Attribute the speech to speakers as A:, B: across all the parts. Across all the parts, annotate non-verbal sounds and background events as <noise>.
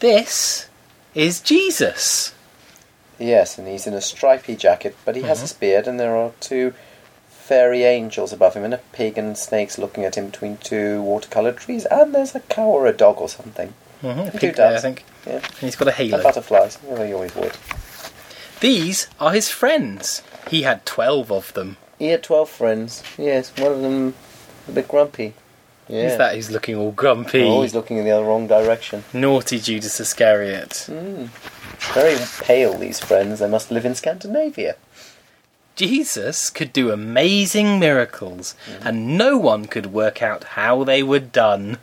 A: This is Jesus.
B: Yes, and he's in a stripy jacket, but he
A: Mm-hmm.
B: has his beard, and there are two fairy angels above him, and a pig and snakes looking at him between two watercoloured trees, and there's a cow or a dog or something.
A: Mm-hmm.
B: Two
A: Pig there, I
B: doves.
A: think.
B: Yeah,
A: And he's got a
B: and
A: halo.
B: butterflies. Well, you always would.
A: These are his friends. He had 12 of them.
B: He had twelve friends. Yes, one of them a bit grumpy. Yeah, Oh,
A: Is that he's looking all grumpy?
B: always looking in the wrong direction.
A: Naughty Judas Iscariot.
B: Very pale, these friends. They must live in Scandinavia.
A: Jesus could do amazing miracles, and no one could work out how they were done.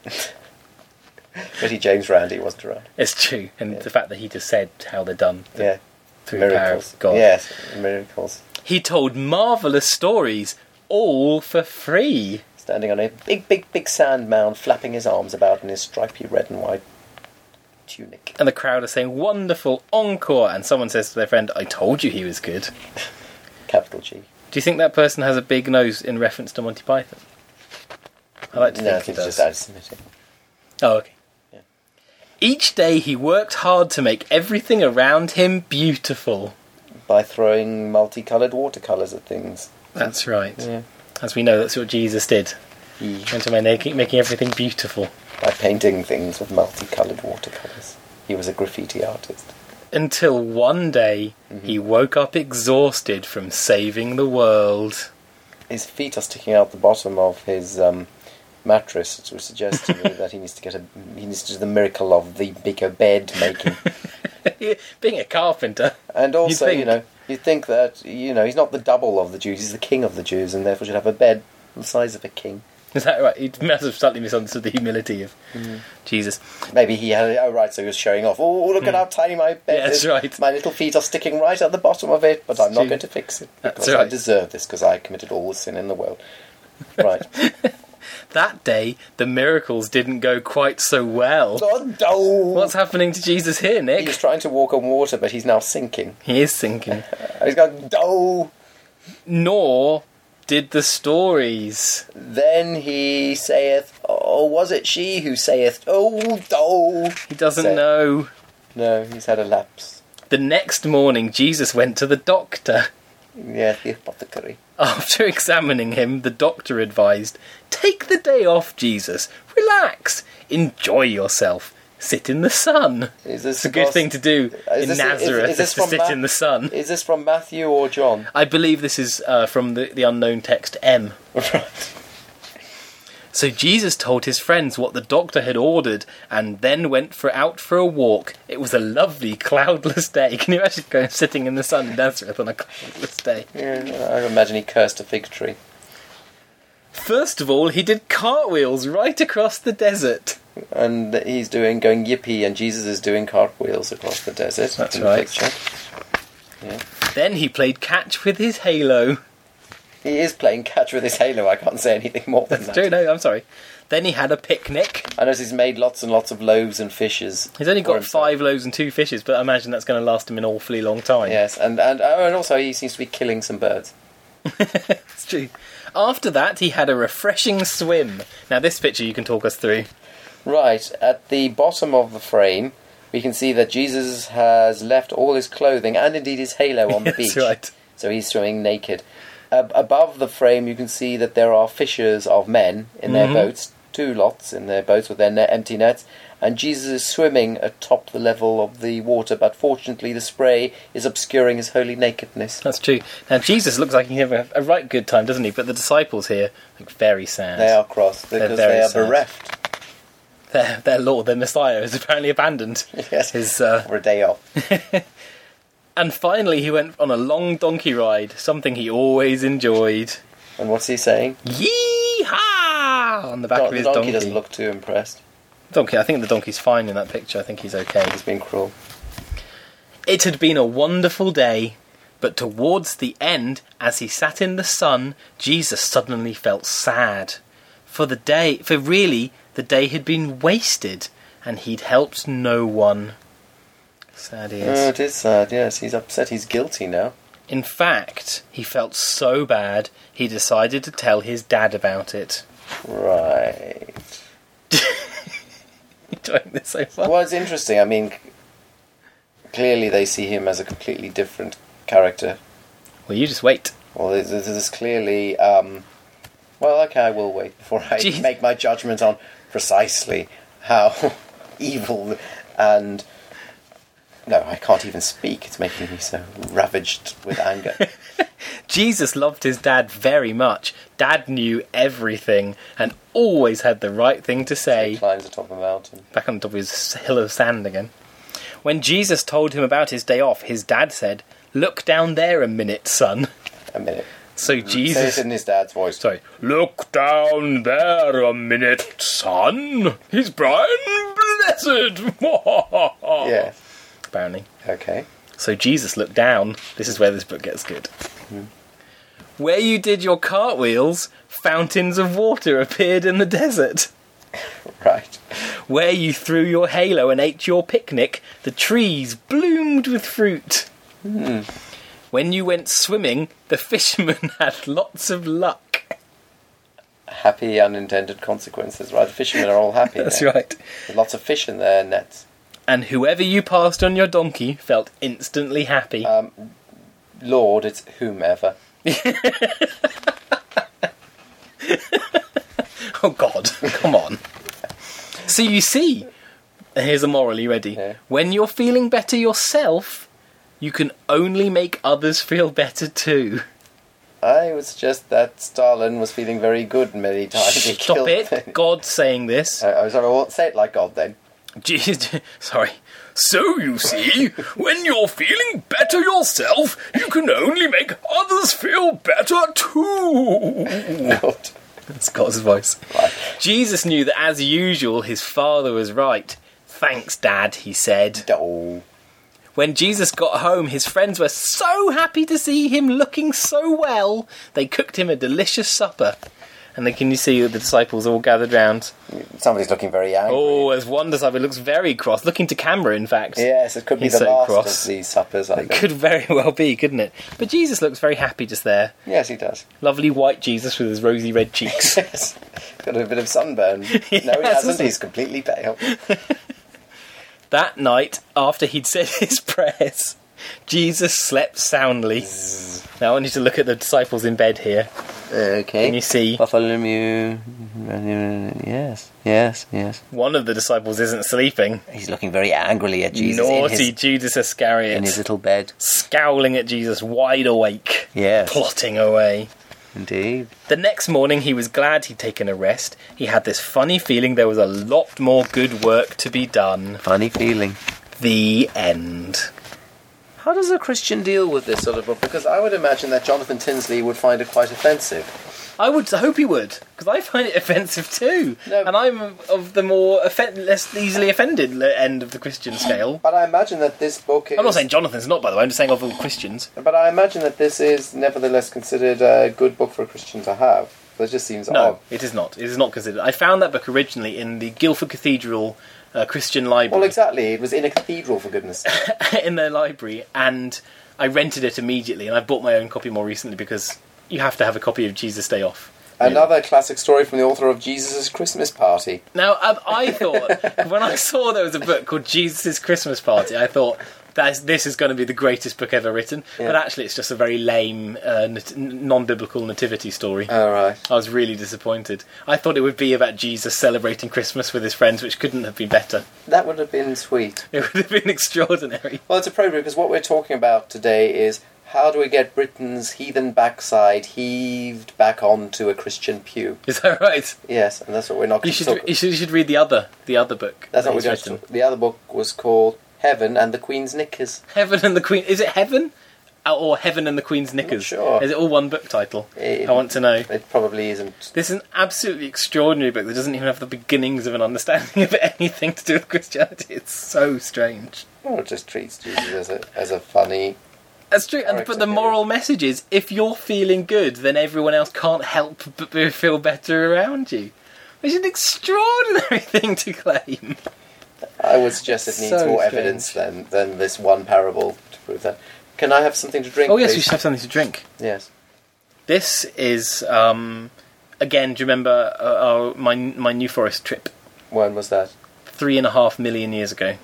B: Pretty James Randy wasn't around.
A: It's true, and the fact that he just said how they're done th-
B: Yeah,
A: through the power
B: miracles.
A: of God.
B: Yes, miracles.
A: He told marvellous stories, all for free.
B: Standing on a big, big, big sand mound, flapping his arms about in his stripy red and white tunic.
A: And the crowd are saying, wonderful, encore, and someone says to their friend, I told you he was good.
B: Capital G.
A: Do you think that person has a big nose in reference to Monty Python? I like to
B: no, I
A: think he
B: think
A: does.
B: it's just anti-Semitic.
A: Oh, okay.
B: Yeah.
A: Each day he worked hard to make everything around him beautiful.
B: By throwing multicoloured watercolours at things.
A: That's right.
B: Yeah.
A: As we know, that's what Jesus did. He went around making, making everything beautiful.
B: By painting things with multicoloured watercolours. He was a graffiti artist.
A: Until one day
B: Mm-hmm.
A: he woke up exhausted from saving the world. <laughs>
B: His feet are sticking out the bottom of his um, mattress, which suggests to
A: <laughs>
B: me that he needs to get a he needs to do the miracle of the bigger bed making.
A: Being a carpenter.
B: And also, you,
A: think.
B: know, you think that you know he's not the double of the Jews; he's the king of the Jews, and therefore should have a bed the size of a king.
A: Is that right? He must have slightly misunderstood the humility of Jesus.
B: Maybe he had. Oh, right, so he was showing off. Oh, look at how tiny my bed
A: Hmm. Yeah, that's
B: is!
A: right.
B: My little feet are sticking right at the bottom of it, but I'm not
A: Jew-
B: going to fix it
A: That's
B: because I
A: right.
B: deserve this because I committed all the sin in
A: <laughs>
B: the world. Right?
A: That day, the miracles didn't go quite so well.
B: oh, no.
A: What's happening to Jesus here, Nick?
B: He's trying to walk on water, but he's now sinking.
A: He is sinking.
B: And he's going, no.
A: Nor did the stories.
B: Then he saith, Oh, was it she who saith, Oh, no.
A: He doesn't
B: Say-
A: know.
B: No, he's had a lapse.
A: The next morning, Jesus went to the doctor. <laughs>
B: Yeah, the apothecary.
A: After examining him, the doctor advised Take the day off, Jesus. Relax. Enjoy yourself. Sit in the sun.
B: Is this
A: It's a good thing to do in
B: this- is-
A: Nazareth
B: is
A: is,
B: this
A: to
B: from
A: sit
B: Ma-
A: in the sun.
B: Is this from Matthew or John?
A: I believe this is uh, from the, the unknown text M.
B: Right.
A: So Jesus told his friends what the doctor had ordered and then went for out for a walk. It was a lovely cloudless day. <laughs> Can you imagine going sitting in the sun in Nazareth on a cloudless day?
B: Yeah, I imagine he cursed a fig tree.
A: First of all, he did cartwheels right across the desert.
B: And he's doing going yippee, and Jesus is doing cartwheels across the desert.
A: That's
B: in the
A: right.
B: picture. Yeah.
A: Then he played catch with his halo.
B: He is playing catch with his halo. I can't say anything more than
A: That's
B: that.
A: true, no, I'm sorry. Then he had a picnic.
B: I notice he's made lots and lots of loaves and fishes.
A: He's only
B: for
A: got
B: himself.
A: five loaves and two fishes, but I imagine that's going to last him an awfully long time.
B: Yes, and and oh, and also he seems to be killing some birds.
A: It's true. After that, he had a refreshing swim. Now, this picture you can talk us through.
B: Right, at the bottom of the frame, we can see that Jesus has left all his clothing and indeed his halo
A: <laughs>
B: on the
A: That's
B: beach.
A: right.
B: So he's swimming naked. Ab above the frame, you can see that there are fishers of men in
A: Mm-hmm.
B: their boats, two lots in their boats with their net, empty nets, and Jesus is swimming atop the level of the water, but fortunately the spray is obscuring his holy nakedness.
A: That's true. Now, Jesus looks like he had a right good time, doesn't he? But the disciples here look very sad.
B: They are crossed because
A: very
B: they are
A: sad.
B: bereft <laughs>
A: Their, their Lord, their Messiah, is apparently
B: <laughs>
A: abandoned.
B: Yes.
A: His, uh,
B: for a day off.
A: and finally, he went on a long donkey ride, something he always enjoyed.
B: And what's he saying?
A: Yee-haw! On the back
B: Don-
A: of
B: the
A: his
B: donkey,
A: donkey.
B: doesn't look too impressed.
A: Donkey, I think the donkey's fine in that picture. I think he's okay.
B: He's been cruel.
A: It had been a wonderful day, but towards the end, as he sat in the sun, Jesus suddenly felt sad. For the day, for really, the day had been wasted, and he'd helped no one. Sad he is.
B: Oh, it is sad, yes. He's upset. He's guilty now.
A: In fact, he felt so bad, he decided to <laughs> tell his dad about it.
B: Right.
A: enjoying this so far.
B: Well, it's interesting. I mean, clearly they see him as a completely different character.
A: Well, you just wait.
B: Well, this this is clearly. Um, well, okay, I will wait before I
A: Jeez.
B: make my judgment on precisely how <laughs> evil and. No, I can't even speak. It's making me so ravaged with
A: <laughs>
B: anger.
A: Jesus loved his dad very much. Dad knew everything and always had the right thing to
B: he
A: say.
B: climbs the top of the mountain.
A: Back on top of his hill of sand again. When Jesus told him about his day off, his dad said, Look down there a minute, son. <laughs>
B: A minute.
A: So
B: Say it
A: Jesus.
B: in his dad's voice.
A: Sorry. Look down there a minute, son. He's Brian Blessed. <laughs>
B: Yeah.
A: Apparently.
B: Okay.
A: So Jesus looked down. This is where this book gets good.
B: Hmm.
A: Where you did your cartwheels, fountains of water appeared in the desert.
B: Right.
A: Where you threw your halo and ate your picnic, the trees bloomed with fruit. Hmm. When you went swimming, the fishermen <laughs> had lots of luck.
B: Happy unintended consequences. Right. The fishermen are all
A: <laughs>
B: happy.
A: That's
B: now.
A: right.
B: There's lots of fish in their nets.
A: And whoever you passed on your donkey felt instantly happy.
B: Lord, it's whomever.
A: <laughs> Oh God, come on. so you see, here's a moral. You ready?
B: Yeah.
A: When you're feeling better yourself, you can only make others feel better too.
B: I would suggest that Stalin was feeling very good many times. He
A: Stop
B: killed
A: it, God saying this.
B: I was sorry, I won't say it like
A: <laughs>
B: God then.
A: Jeez, sorry. So you see, when you're feeling better yourself, you can only make others feel better too.
B: God.
A: That's God's voice. Jesus knew that, as usual, his father was right. Thanks, Dad, he said.
B: No.
A: When Jesus got home, his friends were so happy to see him looking so well, they cooked him a delicious supper. And then can you see the disciples all gathered round?
B: Somebody's looking very angry.
A: Oh, there's one disciple who looks very cross, looking to camera, in fact.
B: Yes, it could be
A: He's
B: the
A: so
B: last
A: cross.
B: of these suppers, I think.
A: <laughs> Could very well be, couldn't it? But Jesus looks very happy just there.
B: <laughs> Yes, he does. <laughs>
A: Lovely white Jesus with his rosy red cheeks.
B: Yes. Got a bit
A: <laughs>
B: of sunburn. no,
A: hasn't
B: he hasn't.
A: he?
B: He's completely pale.
A: that night, after he'd said <laughs> his prayers, Jesus slept soundly. Now I want you to look at the disciples in bed here.
B: Okay.
A: Can you see?
B: Bartholomew. Yes, yes, yes.
A: One of the disciples isn't sleeping.
B: He's looking very angrily at
A: Naughty Judas Iscariot.
B: little bed.
A: Scowling at Jesus, wide awake.
B: Yes.
A: Plotting away.
B: Indeed.
A: The next morning, he was glad he'd taken a rest. He had this funny feeling there was a lot more good work to be done.
B: Funny feeling.
A: The end.
B: How does a Christian deal with this sort of book? Because I would imagine that Jonathan Tinsley would find it quite offensive.
A: I would I hope he would, because I find it <laughs> offensive too.
B: No.
A: And I'm of the more offen- less easily offended le- end of the Christian scale.
B: But I imagine that this book is.
A: I'm not saying Jonathan's not, by the way, I'm just saying of all Christians.
B: But I imagine that this is nevertheless considered a good book for a Christian to have. That just seems
A: No,
B: odd.
A: it is not. It is not considered. I found that book originally in the Guildford Cathedral uh, Christian Library.
B: Well, exactly. It was in a cathedral, for goodness
A: <laughs>
B: sake.
A: in their library and I rented it immediately and I bought my own copy more recently because you have to have a copy of Jesus Day Off.
B: Another classic story from the author of Jesus' Christmas Party.
A: Now, I, I thought, <laughs> when I saw there was a book called Jesus' Christmas Party, I thought, that is, this is going to be the greatest book ever written.
B: Yeah.
A: But actually, it's just a very lame, uh, nat- non biblical nativity story.
B: All right.
A: I was really disappointed. I thought it would be about Jesus celebrating Christmas with his friends, which couldn't have been better.
B: That would have been sweet.
A: It would have been <laughs> extraordinary.
B: Well, it's appropriate because what we're talking about today is how do we get Britain's heathen backside heaved back onto a Christian pew?
A: Is that right?
B: Yes, and that's what we're not
A: You
B: going to
A: should,
B: talk
A: you should you should read the other the other book.
B: That's
A: that
B: not what
A: he's
B: we're
A: written.
B: going to The other book was called Heaven and the Queen's Knickers.
A: Heaven and the Queen. Is it Heaven Uh, or Heaven and the Queen's Knickers?
B: sure.
A: Is it all one book title?
B: It-
A: I want to know.
B: It probably isn't.
A: This is an absolutely extraordinary book that doesn't even have the beginnings of an understanding of <laughs> anything to do with Christianity. It's so strange.
B: Well, it just treats Jesus as a, as a funny.
A: That's true. And,
B: Character
A: but the moral message is if you're feeling good, then everyone else can't help but be- feel better around you. Which is an extraordinary <laughs> thing to claim.
B: I would suggest it needs
A: So
B: more
A: strange.
B: evidence than, than this one parable to prove that. Can I have something to drink?
A: Oh, yes,
B: please?
A: we should have something to drink.
B: Yes.
A: This is, um, again, do you remember uh, our, my, my New Forest trip?
B: When was that?
A: three and a half million years ago.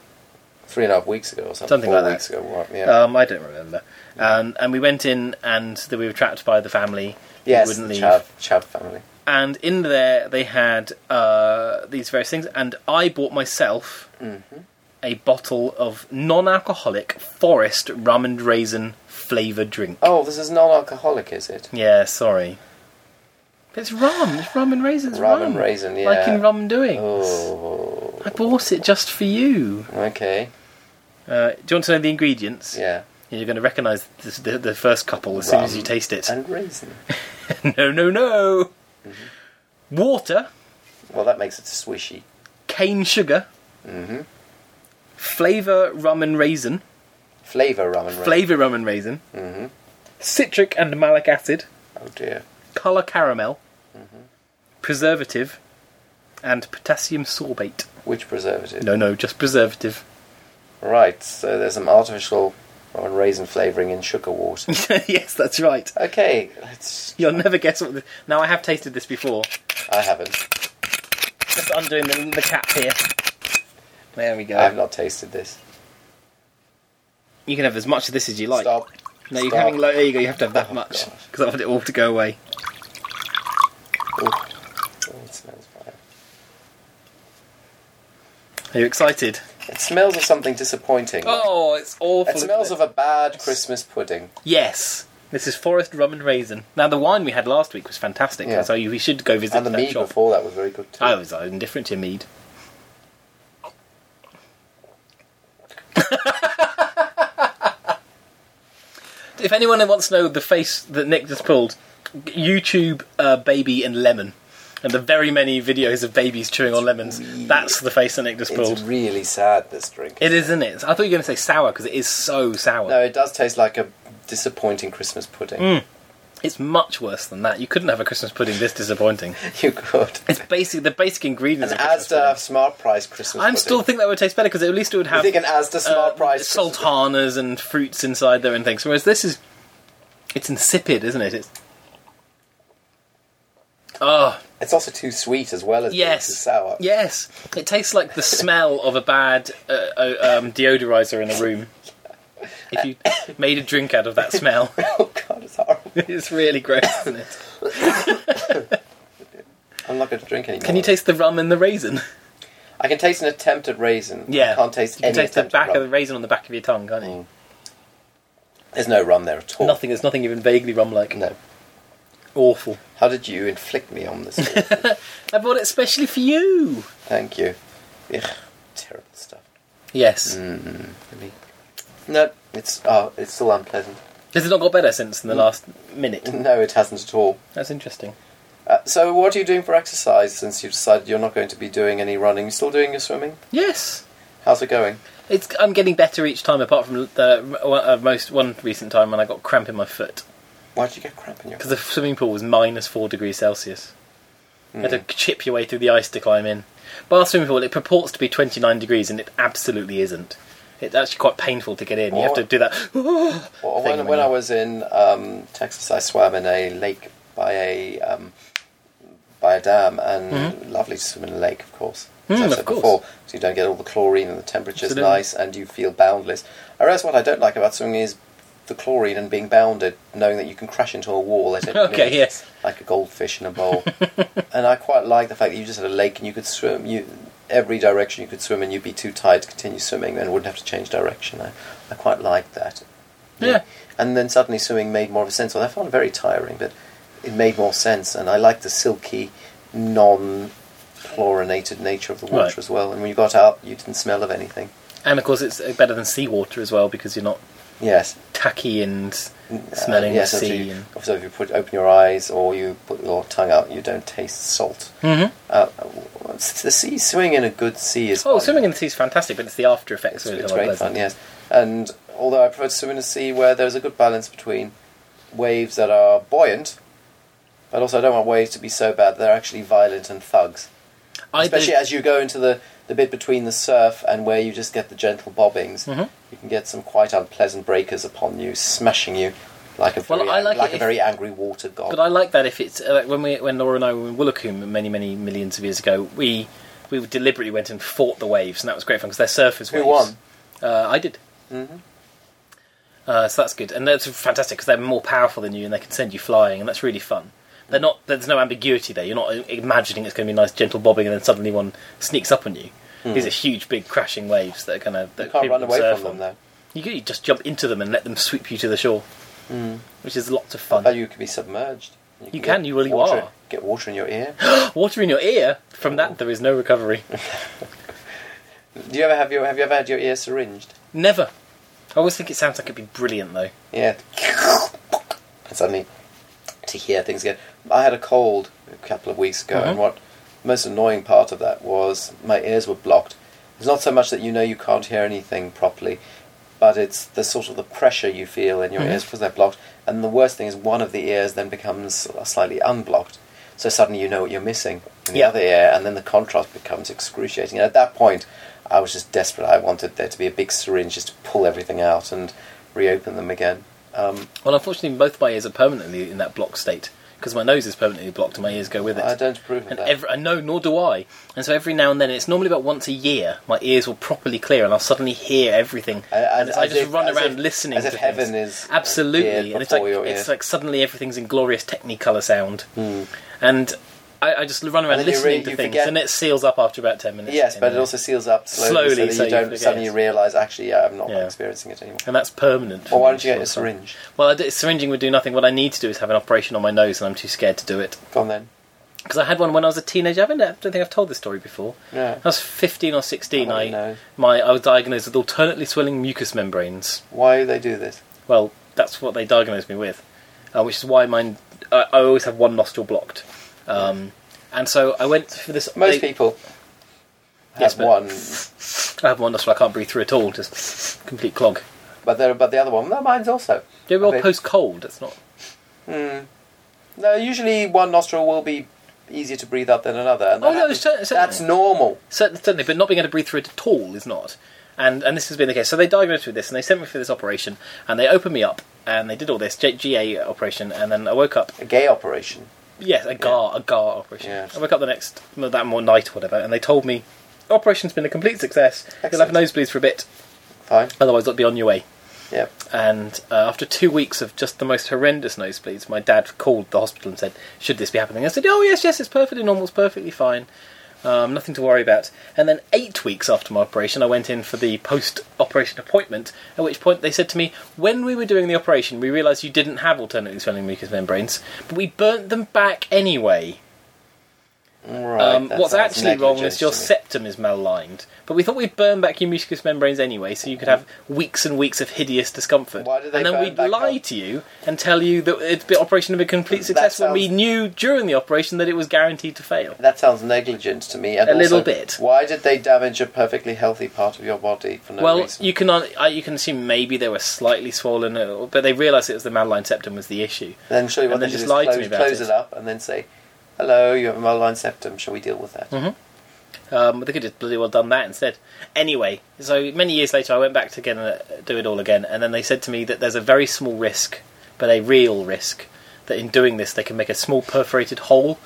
B: Three and a half weeks ago or something.
A: Something
B: Four
A: like that.
B: weeks ago. What? Yeah.
A: Um, I don't remember. And and we went in, and th- we were trapped by the family. who
B: yes,
A: wouldn't
B: the
A: leave.
B: Chav, Chav family.
A: And in there, they had uh, these various things, and I bought myself
B: Mm-hmm.
A: a bottle of non-alcoholic forest rum and raisin flavour drink.
B: Oh, this is non-alcoholic, is it?
A: Yeah, sorry. But it's rum. It's rum and raisins.
B: Rum and raisin,
A: Like
B: yeah.
A: in rum doings.
B: Oh,
A: I bought it just for you.
B: okay.
A: Uh, do you want to know the ingredients?
B: Yeah.
A: You're going to recognise this- the, the first couple as soon as
B: Rum
A: you taste it.
B: And raisin.
A: <laughs> no, no, no.
B: Mm-hmm.
A: Water,
B: Well, that makes it swishy.
A: cane sugar,
B: Mm-hmm.
A: flavour rum and raisin,
B: Flavour rum and raisin.
A: flavour rum and raisin,
B: Mm-hmm.
A: citric and malic acid,
B: Oh dear.
A: colour caramel,
B: Mm-hmm.
A: preservative, and potassium sorbate.
B: Which preservative?
A: No, no, just preservative. <laughs>
B: Right. So there's some artificial rum and raisin flavouring in sugar water.
A: yes, that's right.
B: okay. Let's.
A: You'll never guess what. The... Now I have tasted this before.
B: I haven't.
A: Just undoing the, the cap here. There we go.
B: I have not tasted this.
A: You can have as much of this as you like.
B: Stop.
A: No, you're
B: Stop.
A: having low. There you go. You have to have that
B: Oh,
A: much
B: gosh.
A: because I want it all to go away.
B: Ooh. Oh, it smells bad.
A: Are you excited?
B: It smells of something disappointing.
A: Oh, it's awful.
B: it smells
A: isn't
B: of a bad Christmas pudding.
A: Yes. This is Forest Rum and Raisin. Now, the wine we had last week was fantastic,
B: Yeah.
A: so you- we should go visit
B: And the
A: that
B: mead
A: shop.
B: before that was very good too.
A: I was uh, indifferent to mead. <laughs> if anyone wants to know the face that Nick just pulled, YouTube uh, baby and lemon. And the very many videos of babies chewing on lemons. That's the face that Nick just pulled.
B: It's really sad, this drink.
A: It is, isn't it? I thought you were going to say sour because it is so sour.
B: no, it does taste like a disappointing Christmas pudding.
A: Mm. It's much worse than that. You couldn't have a Christmas pudding this disappointing.
B: <laughs> You could.
A: It's
B: <laughs>
A: basic. The basic ingredients.
B: An
A: of a Christmas
B: Asda
A: pudding.
B: Smart Price Christmas
A: I'm
B: pudding.
A: still think that would taste better because at least it would
B: You
A: have
B: think an Asda Smart
A: uh,
B: Price Christmas
A: sultanas and fruits inside there and things. Whereas this is, it's insipid, isn't it? It's oh
B: It's also too sweet as well as being
A: yes,
B: too sour.
A: yes. It tastes like the smell of a bad uh, uh, um, deodorizer in a room. If
B: <laughs>
A: you made a drink out of that smell,
B: <laughs> Oh god, it's horrible.
A: it's really gross, isn't it?
B: I'm not going to drink
A: <laughs>
B: anymore.
A: Can you taste the rum and the raisin?
B: I can taste an attempt at raisin.
A: Yeah,
B: I can't taste
A: You can
B: any
A: taste the
B: attempt at
A: back of
B: rum.
A: the raisin on the back of your tongue, can't you?
B: There's no rum there at all.
A: Nothing. There's nothing even vaguely rum-like.
B: Oh. No.
A: Awful.
B: How did you inflict
A: <laughs>
B: me on this? awful-
A: I bought it especially for you.
B: Thank you. Ugh, terrible stuff.
A: Yes.
B: Mm. Really. No, it's oh, it's still unpleasant. <laughs>
A: Has it not got better since in
B: Mm.
A: the last minute?
B: No, it hasn't at all.
A: That's interesting.
B: Uh, so, what are you doing for exercise since you've decided you're not going to be doing any running? You still doing your swimming?
A: Yes.
B: How's it going?
A: It's. I'm getting better each time, apart from the uh, most one recent time when I got cramp in my foot
B: Why did you get cramp in your?
A: because the swimming pool was minus four degrees Celsius. You
B: Hmm.
A: had to chip your way through the ice to climb in. Bath swimming pool. It purports to be 29 degrees, and it absolutely isn't. It's actually quite painful to get in. You have
B: Oh.
A: to do that. <laughs>
B: Well,
A: thing
B: when,
A: when
B: when
A: you-
B: I was in um, Texas, I swam in a lake by a um, by a dam, and lovely to swim in a lake, of course. As
A: Mm-hmm. Mm,
B: I
A: of
B: said
A: course.
B: before, so you don't get all the chlorine, and the temperature's
A: Absolutely.
B: nice, and you feel boundless. I realise what I don't like about swimming is the chlorine and being bounded, knowing that you can crash into a wall at any
A: <laughs> Okay,
B: minute,
A: yes.
B: like a goldfish in
A: <laughs>
B: a bowl. and I quite like the fact that you just had a lake and you could swim you every direction you could swim, and you'd be too tired to continue swimming, and wouldn't have to change direction. I, I quite liked that.
A: Yeah.
B: And then suddenly swimming made more of a sense. Well, I found it very tiring, but it made more sense. And I liked the silky, non chlorinated nature of the water
A: Right.
B: as well. And when you got out, you didn't smell of anything.
A: And of course, it's uh, better than seawater as well because you're not
B: Yes.
A: tacky and
B: Uh,
A: smelling
B: yes,
A: the
B: so
A: sea.
B: you,
A: and-
B: so if you put open your eyes or you put your tongue out, you don't taste salt.
A: Mhm.
B: Uh, the sea, swimming in a good sea is
A: Oh,
B: fun.
A: swimming in the sea is fantastic, but it's the after effects
B: It's,
A: that are
B: it's
A: not
B: great
A: pleasant.
B: fun, yes. And although I prefer to swim in a sea where there's a good balance between waves that are buoyant, but also I don't want waves to be so bad that they're actually violent and thugs.
A: I
B: Especially
A: did,
B: as you go into the, the bit between the surf and where you just get the gentle bobbings,
A: Mm-hmm.
B: you can get some quite unpleasant breakers upon you, smashing you like a
A: Well,
B: very,
A: I
B: ang-
A: like
B: like,
A: it
B: a
A: if-
B: very angry water god.
A: but I like that if it's uh, like when we when Laura and I were in Willacombe many many millions of years ago, we we deliberately went and fought the waves, and that was great fun because they're surface
B: Who
A: waves.
B: won? Mm-hmm.
A: Uh, I did. Uh, so that's good, and that's fantastic because they're more powerful than you, and they can send you flying, and that's really fun. They're not. There's no ambiguity there. You're not uh, imagining it's going to be nice, gentle bobbing, and then suddenly one sneaks up on you. These are huge, big crashing waves that are going to.
B: Hmm. You can't run away from them, though.
A: You could just jump into them and let them sweep you to the shore, which is lots of fun.
B: Oh, Hmm. you could be submerged.
A: You
B: get
A: can, you really
B: water,
A: are.
B: Get water in your ear.
A: Water in your ear. From
B: Oh.
A: that, there is no recovery.
B: Do you ever have your have you ever had your ear syringed?
A: Never. I always think it sounds like it'd be brilliant, though.
B: Yeah. And suddenly, to hear things again. I had a cold a couple of weeks ago, and what the most annoying part of that was my ears were blocked. It's not so much that you know you can't hear anything properly, but it's the sort of the pressure you feel in your ears because they're blocked. And the worst thing is one of the ears then becomes slightly unblocked, so suddenly you know what you're missing in the
A: Yeah.
B: other ear, and then the contrast becomes excruciating. And at that point, I was just desperate. I wanted there to be a big syringe just to pull everything out and reopen them again. Um,
A: Well, unfortunately, both my ears are permanently in that blocked state because my nose is permanently blocked and my ears go with it.
B: I don't approve of
A: And
B: that.
A: every, I know, nor do I. And so every now and then, it's normally about once a year, my ears will properly clear, and I'll suddenly hear everything.
B: A- as-
A: and it's- I
B: as
A: just
B: if-
A: run
B: as
A: around
B: if-
A: listening.
B: as if
A: to
B: heaven
A: things.
B: is
A: absolutely,
B: appeared
A: and it's like
B: before your
A: it's
B: ear. Hmm.
A: like suddenly everything's in glorious Technicolor sound, and I, I just run around
B: then you
A: listening
B: re-
A: to
B: you
A: things,
B: forget-
A: and it seals up after about ten minutes.
B: Yes, but it
A: Anyway.
B: also seals up
A: Slowly,
B: slowly, so that
A: so you
B: you don't
A: forget.
B: suddenly realise, actually, yeah, I'm not
A: Yeah.
B: experiencing it anymore.
A: and that's permanent. for
B: Well, why
A: me,
B: don't you get a
A: sort of.
B: syringe?
A: Well, I d- syringing would do nothing. What I need to do is have an operation on my nose, and I'm too scared to do it.
B: Go on then.
A: because I had one when I was a teenager. I haven't- I don't think I've told this story before.
B: No.
A: I was 15 or 16.
B: I
A: I
B: wouldn't know.
A: my I was diagnosed with alternately swelling mucous membranes.
B: Why do they do this?
A: Well, that's what they diagnosed me with, uh, which is why mine. I I always have one nostril blocked, um, and so I went for this.
B: Most
A: they-
B: people have
A: Yes, but-
B: one,
A: I have one nostril. I can't breathe through at all. Just complete clog.
B: but they're, but the other one, no, mine's also.
A: They're
B: a
A: all
B: bit-
A: post cold. It's not.
B: No, usually one nostril will be easier to breathe out than another. And
A: Oh,
B: that
A: no,
B: happens-
A: cer- certainly.
B: that's normal.
A: Cer- certainly, but not being able to breathe through it at all is not. And and this has been the case. So they diagnosed me with this, and they sent me for this operation, and they opened me up, and they did all this G- GA operation, and then I woke up.
B: A gay operation.
A: Yes, a gar, a gar operation.
B: Yes.
A: I woke up the next that more night or whatever, and they told me operation's been a complete success. You'll have
B: Excellent.
A: nosebleeds for a bit,
B: Fine.
A: otherwise it'll be on your way.
B: Yeah.
A: And uh, after two weeks of just the most horrendous nosebleeds, my dad called the hospital and said, "Should this be happening?" I said, "Oh yes, yes, it's perfectly normal, it's perfectly fine, um, nothing to worry about." And then eight weeks after my operation, I went in for the post-operation appointment. At which point they said to me, "When we were doing the operation, we realised you didn't have alternately swelling mucous membranes, but we burnt them back anyway."
B: Right.
A: Um,
B: that
A: what's
B: sounds
A: actually wrong
B: negligence
A: is your
B: to me.
A: septum is malaligned. But we thought we'd burn back your mucous membranes anyway, so you could have weeks and weeks of hideous discomfort.
B: Why did they
A: and then
B: burn
A: we'd
B: back
A: lie
B: up?
A: to you and tell you that it's the operation had been a complete success when we
B: sounds-
A: knew during the operation that it was guaranteed to fail.
B: That sounds negligent to me. And
A: A little
B: also,
A: bit.
B: Why did they damage a perfectly healthy part of your body for no
A: well,
B: reason?
A: you can on- uh, you can assume maybe they were slightly swollen, uh, but they realised it was the malaligned septum was the issue.
B: Then show you what
A: And
B: they
A: then
B: do
A: just
B: is
A: lie to
B: close,
A: me about
B: close
A: it.
B: it. up and then say, "Hello, you have a malign septum. Shall we deal with that?"
A: Mm-hmm. Um, but they could just bloody well done that instead. Anyway, so many years later, I went back to again uh, do it all again, and then they said to me that there's a very small risk, but a real risk, that in doing this they can make a small perforated hole,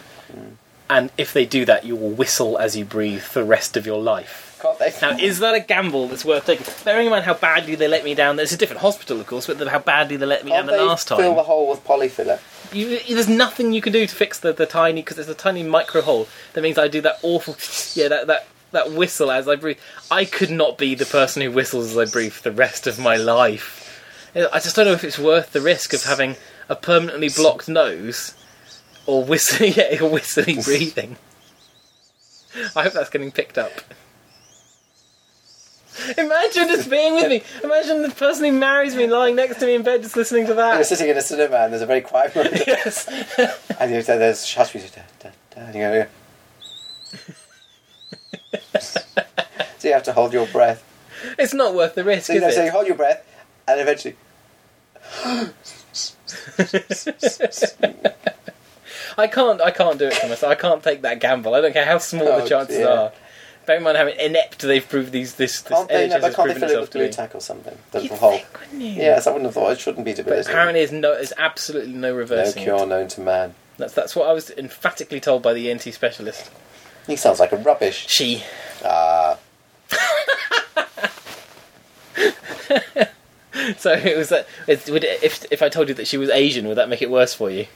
A: and if they do that, you will whistle as you breathe for the rest of your life.
B: Can't they?
A: Now, is that a gamble that's worth taking? Bearing in mind how badly they let me down, there's a different hospital, of course, but how badly they let me
B: Can't
A: down the
B: they
A: last
B: fill
A: time
B: the hole with polyfiller?
A: you, there's nothing you can do to fix the, the tiny because there's a tiny micro hole that means I do that awful <laughs> yeah that that that whistle as I breathe. I could not be the person who whistles as I breathe for the rest of my life. I just don't know if it's worth the risk of having a permanently blocked nose or whistling <laughs> yeah, or whistling breathing. I hope that's getting picked up. Imagine just being with me. Imagine the person who marries me lying next to me in bed just listening to
B: You're
A: that.
B: sitting in a cinema and there's a very
A: <laughs>
B: quiet room,
A: Yes.
B: and you say, "There's hush music." Da, da, da, and you go,
A: <laughs>
B: so you have to hold your breath.
A: It's not worth the risk,
B: So you,
A: is
B: know, so you
A: it?
B: hold your breath, and eventually,
A: <laughs> I can't. I can't do it for myself. I can't take that gamble. I don't care how small the
B: Oh,
A: chances
B: dear.
A: are. Bear in mind how inept they've proved these. This, this
B: can't they?
A: NHS
B: Never,
A: has
B: can't
A: proven
B: they fill it
A: itself
B: with
A: to
B: glue
A: be.
B: tack or something? The
A: You'd
B: little hole.
A: think, wouldn't you?
B: Yes, I wouldn't have thought it shouldn't be
A: But
B: debilitating.
A: apparently, there's no. There's absolutely no
B: no
A: reversing. it.
B: cure known to man.
A: That's that's what I was emphatically told by the ENT E specialist.
B: He sounds like a rubbish.
A: She. Uh.
B: Ah,
A: <laughs> So it was that. It, would it- if if I told you that she was Asian, would that make it worse for you,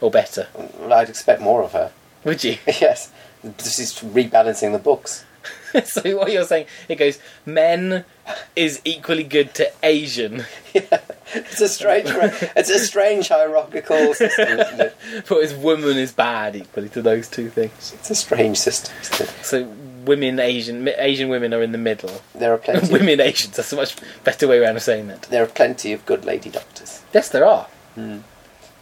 A: or better?
B: well, I'd expect more of her. <laughs>
A: Would you? <laughs>
B: yes, this is rebalancing the books.
A: so what you're saying? It goes men is equally good to Asian,
B: It's
A: <laughs>
B: a strange, it's a strange hierarchical system. Isn't it?
A: but as woman is bad equally to those two things.
B: It's a strange system. Isn't it?
A: So women Asian mi- Asian women are in the middle.
B: There
A: <laughs>
B: are plenty.
A: women Asians. That's a much better way around of saying that.
B: There are plenty of good lady doctors
A: Yes, there are,
B: and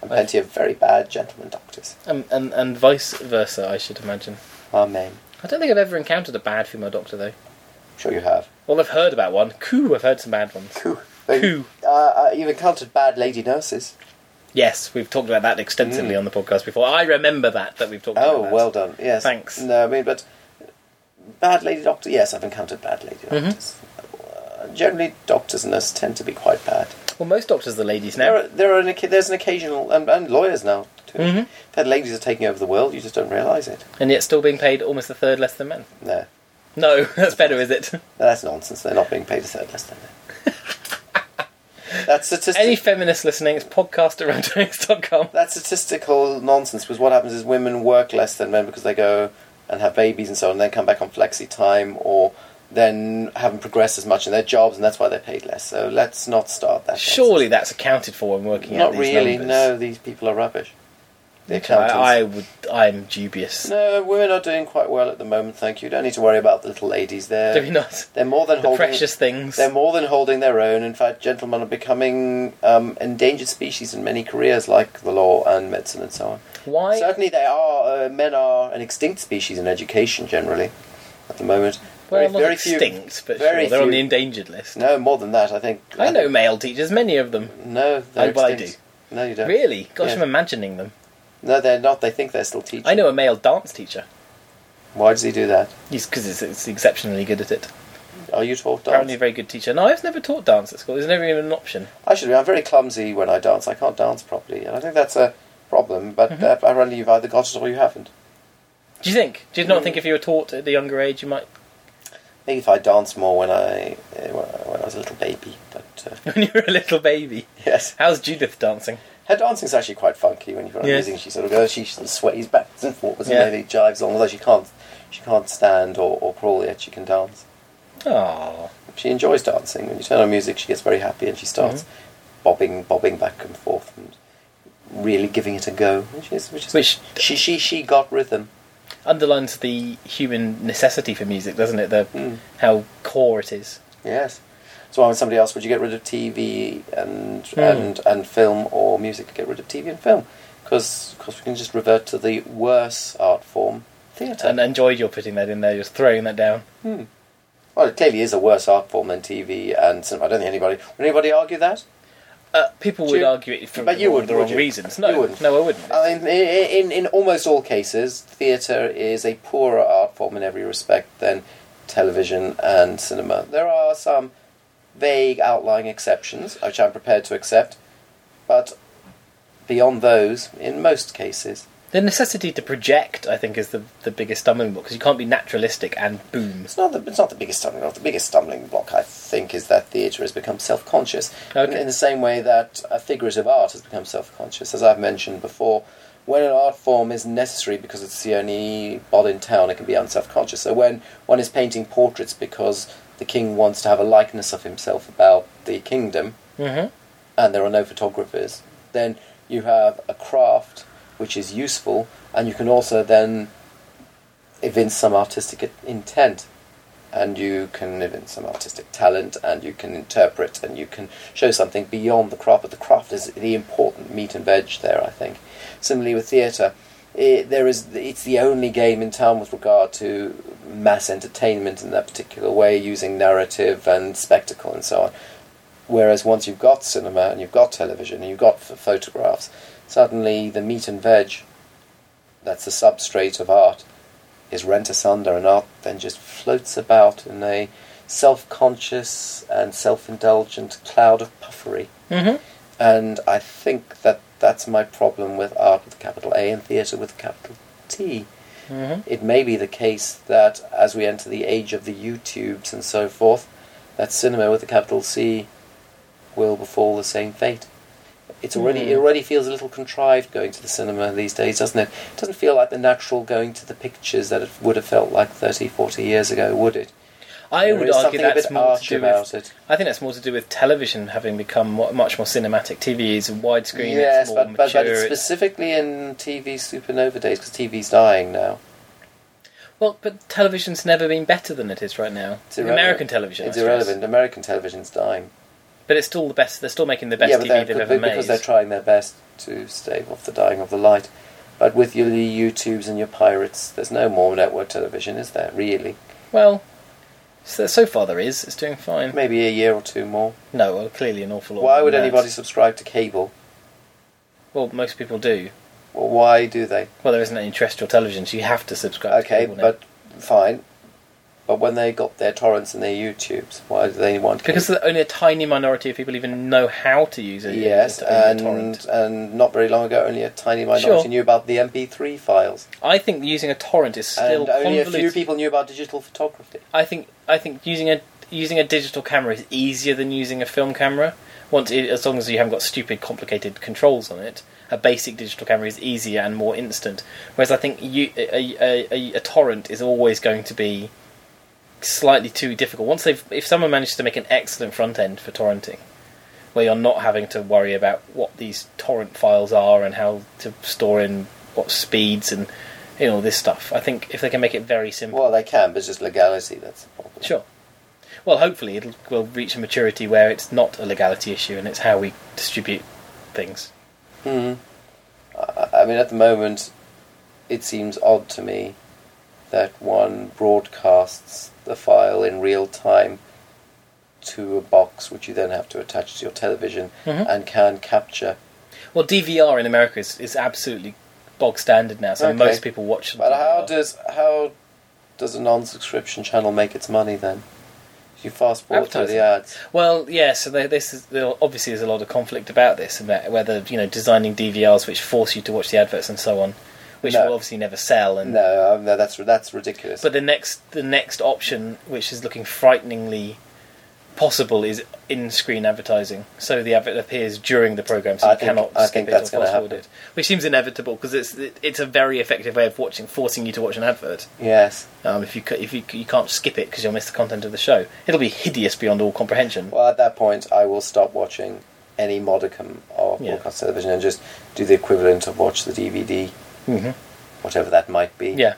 B: plenty of very bad gentleman doctors.
A: and and, and vice versa. I should imagine.
B: Amen.
A: I don't think I've ever encountered a bad female doctor though.
B: I'm sure you have.
A: Well, I've heard about one. Coo, I've heard some bad ones.
B: Coo.
A: Coo.
B: Uh, uh, you've encountered bad lady nurses.
A: Yes, we've talked about that extensively on the podcast before. I remember that that we've talked about.
B: Mm. Oh,
A: that.
B: well done. Yes.
A: Thanks.
B: No, I mean, but bad lady doctor. Yes, I've encountered bad lady
A: Mm-hmm.
B: doctors. Uh, generally, doctors and nurses tend to be quite bad.
A: Well, most doctors are ladies
B: There
A: now.
B: are, there are an, occa- there's an occasional and, and lawyers now. Too.
A: Mhm.
B: That ladies are taking over the world. You just don't realise it.
A: and yet still being paid almost a third less than men.
B: No,
A: No, <laughs> that's better, is
B: <laughs>
A: it?
B: that's nonsense. They're not being paid a third less than
A: <laughs>
B: that. That's statistic.
A: Any feminist listening, it's podcast at randomix.com.
B: that statistical nonsense because what happens is women work less than men because they go and have babies and so on, and then come back on flexi time or then haven't progressed as much in their jobs, and that's why they're paid less. So let's not start that.
A: Surely that's accounted for when working
B: nonsense. not
A: out these
B: really.
A: numbers.
B: No, these people are rubbish. The accountants.
A: I, I would. I'm dubious.
B: No, women are doing quite well at the moment. Thank you. Don't need to worry about the little ladies.
A: Do we
B: They're
A: not?
B: they're more than
A: The
B: holding
A: precious things.
B: They're more than holding their own. In fact, gentlemen are becoming um, endangered species in many careers, like the law and medicine and so on.
A: Why?
B: Certainly, they are. Uh, men are an extinct species in education generally at the moment.
A: well, not extinct, but
B: very
A: sure, they're on
B: few-
A: the endangered list.
B: No, more than that. I think. Uh,
A: I know male teachers, many of them.
B: No, they're
A: Oh, well, I
B: extinct. No, you don't.
A: Really? Gosh,
B: Yeah.
A: I'm imagining them.
B: No, they're not. They think they're still teaching.
A: I know a male dance teacher.
B: Why does he do that?
A: He's because he's, he's exceptionally good at it.
B: Are you taught
A: Apparently, a
B: dance?
A: very good teacher. No, I was never taught dance at school. There's never even an option.
B: Actually, I'm very clumsy when I dance. I can't dance properly, and I think that's a problem. But
A: Mm-hmm.
B: uh, apparently, you've either got it or you haven't.
A: Do you think? Do
B: Mm.
A: you not think if you were taught at a younger age, you might? <laughs>
B: I think if I danced more when I uh, when I was a little baby, but
A: <laughs>
B: uh,
A: When you were a little baby,
B: yes.
A: how's Judith dancing?
B: Her dancing's actually quite funky when you're on
A: Yeah.
B: music. She sort of goes, she sort of sways backwards and forwards,
A: Yeah.
B: and really jives on. Although she can't, she can't stand or, or crawl yet. She can dance.
A: Oh,
B: She enjoys dancing. When you turn on music, she gets very happy and she starts
A: Mm-hmm.
B: bobbing, bobbing back and forth, and really giving it a go. Which is, which is,
A: Which-
B: she, she, she got rhythm.
A: underlines the human necessity for music, doesn't it? The
B: Mm.
A: how core it is.
B: Yes. So why would somebody else would you get rid of TV and
A: Hmm.
B: and and film or music? Get rid of TV and film because we can just revert to the worse art form, theatre.
A: And I enjoyed your putting that in there, just throwing that down.
B: Well, it clearly is a worse art form than TV and cinema. I don't think anybody would anybody argue that.
A: Uh, people
B: Do
A: would
B: you-
A: argue it for
B: but you
A: all
B: wouldn't,
A: the wrong
B: would you?
A: reasons. No,
B: You wouldn't.
A: no, I wouldn't.
B: I mean, i- i- in in almost all cases, theatre is a poorer art form in every respect than television and cinema. There are some vague outlying exceptions, which I'm prepared to accept, but beyond those, in most cases,
A: The necessity to project, I think, is the the biggest stumbling block because you can't be naturalistic and boom.
B: It's not the it's not the biggest stumbling block. The biggest stumbling block, I think, is that theatre has become self conscious.
A: Okay.
B: In, in the same way that uh, figurative art has become self conscious, as I've mentioned before, when an art form is necessary because it's the only bod in town, it can be unself conscious. So when one is painting portraits because the king wants to have a likeness of himself about the kingdom,
A: hmm
B: and there are no photographers, then you have a craft which is useful, and you can also then evince some artistic i- intent, and you can evince some artistic talent, and you can interpret, and you can show something beyond the craft. But the craft is the important meat and veg there, I think. Similarly with theatre. It, there is it's the only game in town with regard to mass entertainment in that particular way using narrative and spectacle and so on Whereas once you've got cinema and you've got television and you've got ph photographs, suddenly the meat and veg, that's the substrate of art, is rent asunder, and art then just floats about in a self conscious and self indulgent cloud of puffery.
A: hmm
B: And I think that that's my problem with art with a capital A and theatre with a capital T. It may be the case that as we enter the age of the YouTubes and so forth, that cinema with a capital C will befall the same fate. It's already
A: Mm-hmm.
B: it already feels a little contrived going to the cinema these days, doesn't it? It doesn't feel like the natural going to the pictures that it would have felt like 30, 40 years ago, would it?
A: I
B: There
A: would
B: is
A: argue
B: something a
A: that's
B: bit
A: more to
B: arch
A: do
B: about
A: with.
B: it.
A: I think that's more to do with television having become mo- much more cinematic. TV is widescreen.
B: yes,
A: it's more
B: but, but, but it's
A: mature, it's-
B: specifically in TV supernova days because TV's dying now.
A: Well, but television's never been better than it is right now.
B: It's irrelevant.
A: American television.
B: It's
A: I suppose.
B: irrelevant. American television's dying.
A: But it's still the best. They're still making the best
B: yeah, but they're-
A: TV they've
B: but-
A: ever made.
B: because they're trying their best to stave off the dying of the light. But with your YouTubes and your pirates, there's no more network television, is there? Really?
A: well, so, so far there is. It's doing fine.
B: Maybe a year or two more.
A: No, Hmm. well, clearly an awful lot.
B: Why
A: more
B: would
A: than that.
B: anybody subscribe to cable?
A: Well, most people do.
B: Well, why do they?
A: Well, there isn't any terrestrial television, so you have to subscribe. to
B: Okay,
A: cable now.
B: but fine. But when they got their torrents and their YouTubes, why do they want? Cable?
A: because only a tiny minority of people even know how to use a
B: Yes,
A: a torrent.
B: and and not very long ago, only a tiny minority
A: Sure.
B: knew about the MP3 files,
A: I think using a torrent is still
B: and only a few
A: convoluted.
B: people knew about digital photography.
A: I think I think using a using a digital camera is easier than using a film camera. Once, it, as long as you haven't got stupid, complicated controls on it, a basic digital camera is easier and more instant. Whereas I think you, a, a, a, a torrent is always going to be slightly too difficult. Once they've, if someone manages to make an excellent front end for torrenting, where you're not having to worry about what these torrent files are and how to store in what speeds and you know this stuff. I think if they can make it very simple.
B: Well, they can, but it's just legality that's the problem.
A: Sure. Well, hopefully it'll will reach a maturity where it's not a legality issue and it's how we distribute things.
B: Hmm. I, I mean, at the moment, it seems odd to me that one broadcasts the file in real time to a box, which you then have to attach to your television
A: Mhm.
B: and can capture.
A: Well, DVR in America is, is absolutely bog standard now, so
B: Okay.
A: most people watch.
B: But how
A: DVR.
B: does how does a non-subscription channel make its money then? You fast forward through the
A: Advertising.
B: ads.
A: Well, yeah. So there, this is there obviously there's a lot of conflict about this about whether you know designing DVRs which force you to watch the adverts and so on, which
B: No.
A: will obviously never sell. And
B: No, um, no, that's that's ridiculous.
A: but the next the next option, which is looking frighteningly possible, is in-screen advertising. So the advert appears during the program, so
B: I
A: you
B: think-
A: cannot
B: I
A: skip
B: think
A: it
B: that's
A: or
B: gonna
A: fast
B: happen.
A: forward it, which seems inevitable because it's it, it's a very effective way of watching, forcing you to watch an advert.
B: yes.
A: Um, if you ca- if you, you can't skip it because you'll miss the content of the show, it'll be hideous beyond all comprehension.
B: Well, at that point, I will stop watching any modicum of
A: Yeah.
B: broadcast television and just do the equivalent of watch the DVD, Mm-hmm.
A: hmm
B: whatever that might be.
A: Yeah.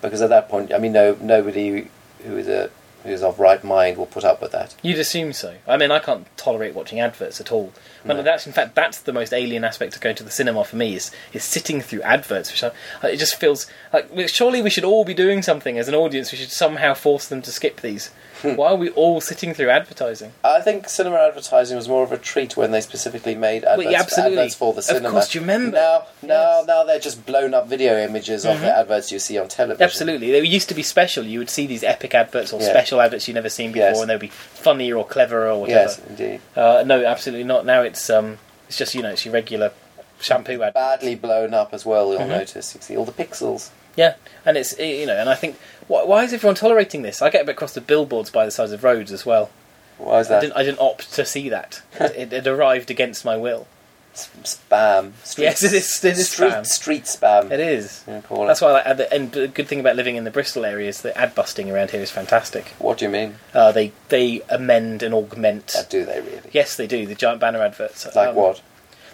B: Because at that point, I mean, no, nobody who is a who is of right mind will put up with that.
A: You'd assume so. I mean, I can't tolerate watching adverts at all. When that's in fact that's the most alien aspect of going to the cinema for me is is sitting through adverts, which I, it just feels like well, surely we should all be doing something as an audience. We should somehow force them to skip these. Why are we all sitting through advertising?
B: I think cinema advertising was more of a treat when they specifically made adverts,
A: yeah, absolutely.
B: adverts for the
A: Of
B: cinema.
A: course, do you remember?
B: Now, now,
A: Yes. Mm-hmm.
B: now they're just blown up video images of the adverts you see on television.
A: Absolutely, they used to be special. You would see these epic adverts or
B: Yeah.
A: special adverts you'd never seen before,
B: Yes.
A: and they'd be funnier or cleverer or whatever.
B: Yes, indeed.
A: Uh, no, absolutely not. Now it's um, it's just you know it's your regular shampoo ad.
B: Badly blown up as well. You'll
A: Mm-hmm.
B: notice you see all the pixels.
A: Yeah, and it's eh, you know, and I think why, why is everyone tolerating this? I get a bit across the billboards by the sides of roads as well.
B: Why is
A: I
B: that?
A: didn't, I didn't opt to see
B: <laughs>
A: that. it, it arrived against my will.
B: S- spam. Street,
A: Yes, it is- it is
B: street,
A: spam.
B: Street spam.
A: It is.
B: You call it.
A: That's why I like ad- and the good thing about living in the Bristol area is that ad busting around here is fantastic.
B: What do you mean?
A: Uh, they they amend and augment.
B: Uh, do they really?
A: Yes, they do. The giant banner adverts.
B: Like
A: Um,
B: what?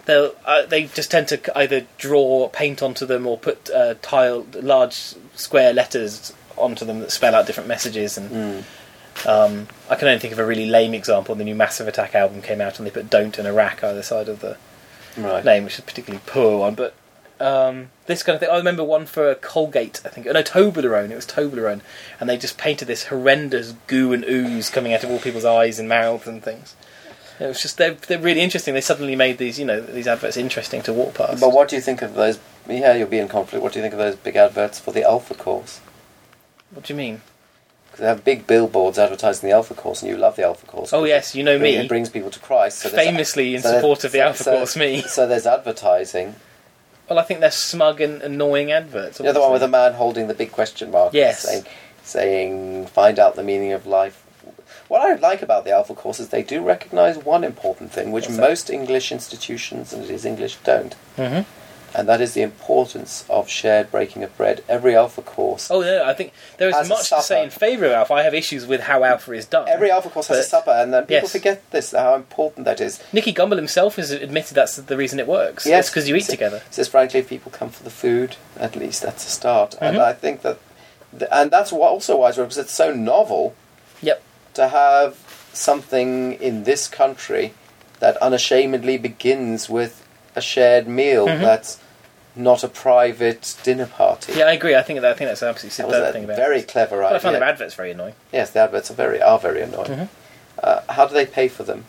A: They'll, uh, they just tend to c- either draw paint onto them or put uh, tile large square letters onto them that spell out different messages and um, I can only think of a really lame example the new Massive Attack album came out and they put don't and Iraq either side of the
B: Right.
A: name which is a particularly poor one but um, this kind of thing I remember one for Colgate I think no Toblerone it was Toblerone and they just painted this horrendous goo and ooze coming out of all people's eyes and mouths and things it was just they're, they're really interesting they suddenly made these you know these adverts interesting to walk past
B: But what do you think of those? Yeah, you'll be in conflict. What do you think of those big adverts for the Alpha course?
A: what do you mean
B: Because they have big billboards advertising the Alpha course, and you love the Alpha course.
A: oh yes you know
B: It bring-
A: me
B: It brings people to Christ. So there's-
A: famously in
B: so there's-
A: support of the
B: so-
A: Alpha
B: so-
A: Course me
B: So there's advertising
A: Well, I think they're smug and annoying adverts.
B: The other one with the man holding the big question mark.
A: Yes.
B: Saying, saying, find out the meaning of life. What I like about the Alpha course is they do recognise one important thing, which
A: What's that?
B: most English institutions, and it is English, don't.
A: hmm
B: And that is the importance of shared breaking of bread. Every Alpha course,
A: Oh no, I think there is
B: As a
A: much to say
B: supper.
A: in favour of Alpha. I have issues with how Alpha is done.
B: every Alpha course has a
A: But-
B: supper, and then people
A: yes.
B: forget this, how important that is.
A: Nicky Gumbel himself has admitted that's the reason it works.
B: Yes.
A: because you eat
B: So-
A: together.
B: Says frankly, if people come for the food, at least that's a start. And
A: Mhm.
B: I think that, th- and that's wha- also why it's because it's so novel
A: Yep.
B: to have something in this country that unashamedly begins with a shared meal
A: Mhm.
B: that's not a private dinner party.
A: Yeah, I agree. I think that I think that's an absolutely
B: That
A: superb
B: was a
A: thing about.
B: very
A: it.
B: clever
A: But
B: idea.
A: I find their adverts very annoying.
B: yes, the adverts are very are very annoying.
A: Mhm.
B: Uh, how do they pay for them?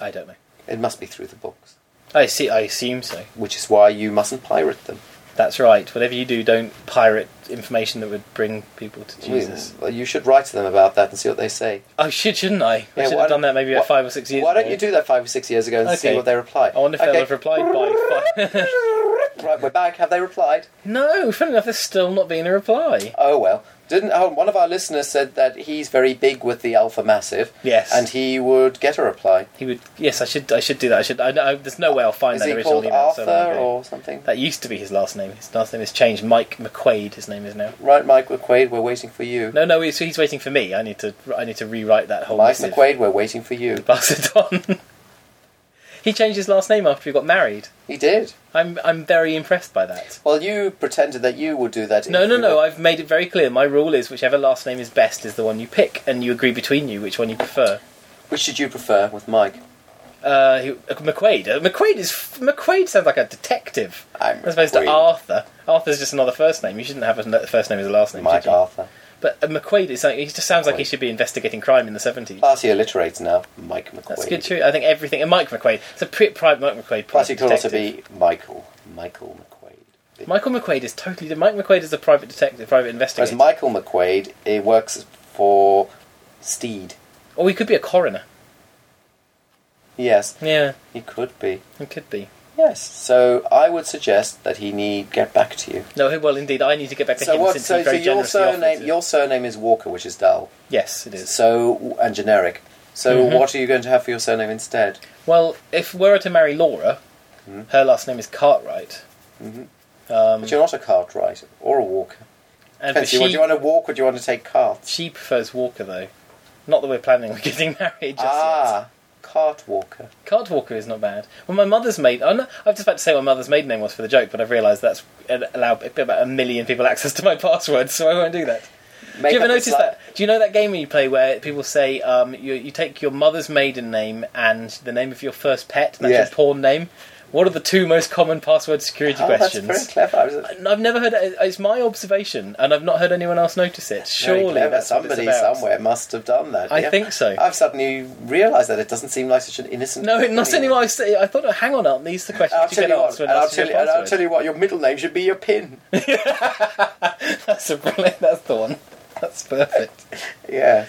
A: I don't know.
B: It must be through the books,
A: I see. I assume so.
B: which is why you mustn't pirate them.
A: That's right. Whatever you do, don't pirate information that would bring people to Jesus.
B: Well, You should write to them about that and see what they say.
A: Oh shit, shouldn't I? I
B: Yeah,
A: should
B: why
A: have done
B: don't-
A: that maybe
B: why-
A: five or six years.
B: Why don't
A: ago.
B: you do that five or six years ago and see
A: Okay.
B: what they reply?
A: I wonder if
B: Okay.
A: they'll have replied by. Five. <laughs>
B: Right, we're back. Have they replied?
A: no, funny enough, there's still not been a reply.
B: Oh well. Didn't oh, one of our listeners said that he's very big with the Alpha Massive?
A: Yes.
B: and he would get a reply.
A: He would. Yes, I should. I should do that. I should. I know. There's no way I'll find
B: Is
A: that
B: he
A: original
B: called
A: email.
B: Arthur
A: so long ago.
B: or something?
A: That used to be his last name. His last name is changed. Mike McQuaid. His name is now.
B: Right, Mike McQuaid, we're waiting for you.
A: No, no. He's, he's waiting for me. I need to. I need to rewrite that whole.
B: Mike
A: missive.
B: McQuaid, we're waiting for you.
A: <laughs> Pass it on. he changed his last name after he got married.
B: He did.
A: I'm. I'm very impressed by that.
B: Well, you pretended that you would do that.
A: No,
B: if
A: no,
B: you
A: no.
B: were-
A: I've made it very clear. My rule is whichever last name is best is the one you pick, and you agree between you which one you prefer.
B: Which should you prefer with Mike?
A: Uh, he- uh, McQuaid. Uh, McQuaid is McQuaid sounds like a detective
B: I'm
A: as opposed
B: McQuaid.
A: to Arthur. Arthur's just another first name. You shouldn't have a n- first name as a last name.
B: Mike
A: should you?
B: Arthur.
A: But uh, McQuaid is like, he just sounds like he
B: McQuaid.
A: should be investigating crime in the seventies.
B: Plus, he alliterates now. Mike McQuaid.
A: That's a good too. I think everything. And Mike McQuaid. It's a pri- private Mike McQuaid.
B: Plus,
A: Private
B: he could also
A: detective.
B: be Michael. Michael McQuaid. Big
A: Michael McQuaid is totally. Mike McQuaid is a private detective, private
B: Whereas
A: investigator.
B: Michael McQuaid, it works for Steed.
A: Or he could be a coroner.
B: Yes,
A: Yeah,
B: he could be.
A: he could be.
B: Yes. So I would suggest that he need get back to you.
A: No, well, indeed, I need to get back to
B: So
A: him
B: what?
A: since
B: So,
A: he
B: so
A: very
B: your
A: generously offered
B: surname,
A: it.
B: your surname is Walker, which is dull.
A: Yes, it is.
B: So and generic. So
A: Mm-hmm.
B: what are you going to have for your surname instead?
A: Well, if we were to marry Laura,
B: Hmm.
A: her last name is Cartwright.
B: But you're not a Cartwright or a Walker.
A: And Um, but
B: Depends. Do you-
A: she,
B: do you want to walk or do you want to take carts?
A: she prefers Walker, though. Not that we're planning on <laughs> getting married just yet.
B: ah, cart walker.
A: Card Walker is not bad. Well, my mother's maid. Oh, no, I was just about to say what my mother's maiden name was for the joke, but I've realised that's allowed about a million people access to my <laughs> password, so I won't do that.
B: Make
A: Do you ever
B: up a
A: notice
B: sli-
A: that? Do you know that game you play where people say um, you, you take your mother's maiden name and the name of your first pet, that's
B: Yes.
A: your porn name? What are the two most common password security
B: Oh,
A: <laughs>
B: that's
A: questions?
B: very clever. I was-
A: And I've never heard it. It's my observation, and I've not heard anyone else notice it.
B: Very
A: Surely
B: clever.
A: that's what it's
B: somebody
A: about.
B: somewhere must have done that.
A: I
B: yeah.
A: think so.
B: I've suddenly realised that it doesn't seem like such an innocent.
A: No, it- not
B: thing.
A: anymore. I, say, I thought, oh, hang on, Art, these are the questions
B: I'll
A: you
B: tell
A: get
B: you what.
A: asked
B: And
A: when
B: I'll
A: asking
B: tell, you,
A: your
B: and I'll
A: password.
B: tell you what. Your middle name should be your pin.
A: That's a brilliant. That's the one. That's perfect.
B: yeah,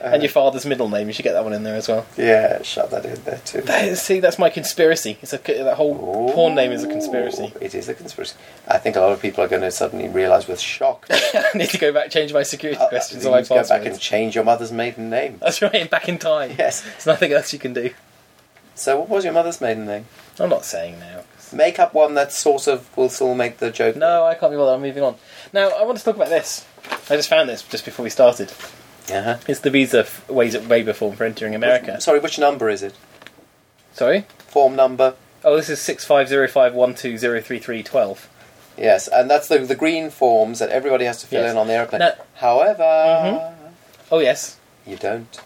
A: and
B: Uh-huh.
A: your father's middle name. You should get that one in there as well.
B: yeah. Shove that in there too.
A: That is- see, that's my conspiracy. It's a that whole <laughs> porn name is a conspiracy. <laughs>
B: Ooh, It is a conspiracy. I think a lot of people are going to suddenly realise
A: <laughs>
B: with shock.
A: I need to go back change my security
B: uh,
A: questions
B: you
A: on my
B: need to go back
A: passwords.
B: and change your mother's maiden name. <laughs>
A: That's right, back in time.
B: Yes.
A: There's nothing else you can do.
B: So, what was your mother's maiden name?
A: I'm not saying now.
B: Make up one that sort of will still make the joke.
A: No, I can't be bothered. I'm moving on. Now, I want to talk about this. I just found this just before we started.
B: Uh-huh.
A: It's the visa f- ways waiver form for entering America.
B: Sorry, which number is it?
A: Sorry.
B: Form number.
A: Oh, this is six five zero five one two zero three three twelve.
B: Yes, and that's the the green forms that everybody has to fill
A: Yes.
B: in on the airplane.
A: No.
B: However,
A: Oh yes,
B: you don't.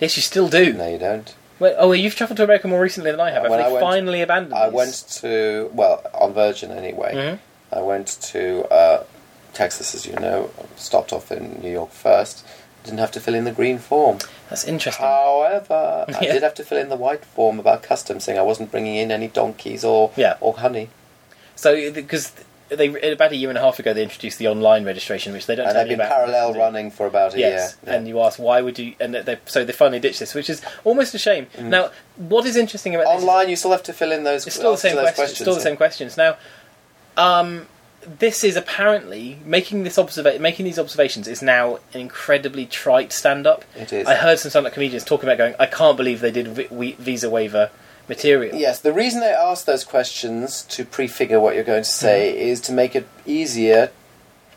A: yes, you still do.
B: No, you don't.
A: Wait, oh, well, you've travelled to America more recently than I have. Have
B: Uh, when
A: they
B: I went-
A: finally abandoned?
B: I
A: these?
B: went to well on Virgin anyway.
A: Mhm.
B: I went to uh, Texas, as you know. Stopped off in New York first. Didn't have to fill in the green form.
A: That's interesting.
B: Uh, However, I
A: Yeah.
B: did have to fill in the white form about customs, saying I wasn't bringing in any donkeys or
A: Yeah.
B: or honey.
A: So, because they about a year and a half ago they introduced the online registration, which they don't
B: and
A: tell
B: they've
A: you
B: been
A: about.
B: parallel
A: They-
B: running for about a
A: Yes,
B: year. Yeah.
A: and you ask why would you, and they so they finally ditched this, which is almost a shame.
B: Mm.
A: Now, what is interesting about this?
B: Online, you still have to fill in those.
A: It's still the
B: answer
A: same
B: those
A: questions. It's still the same questions. Now, um, this is apparently making this observa- making these observations is now an incredibly trite stand up.
B: It is.
A: I heard some stand up comedians talking about going, I can't believe they did vi- we- visa waiver material.
B: Yes, the reason they ask those questions to prefigure what you're going to say
A: Mm-hmm.
B: is to make it easier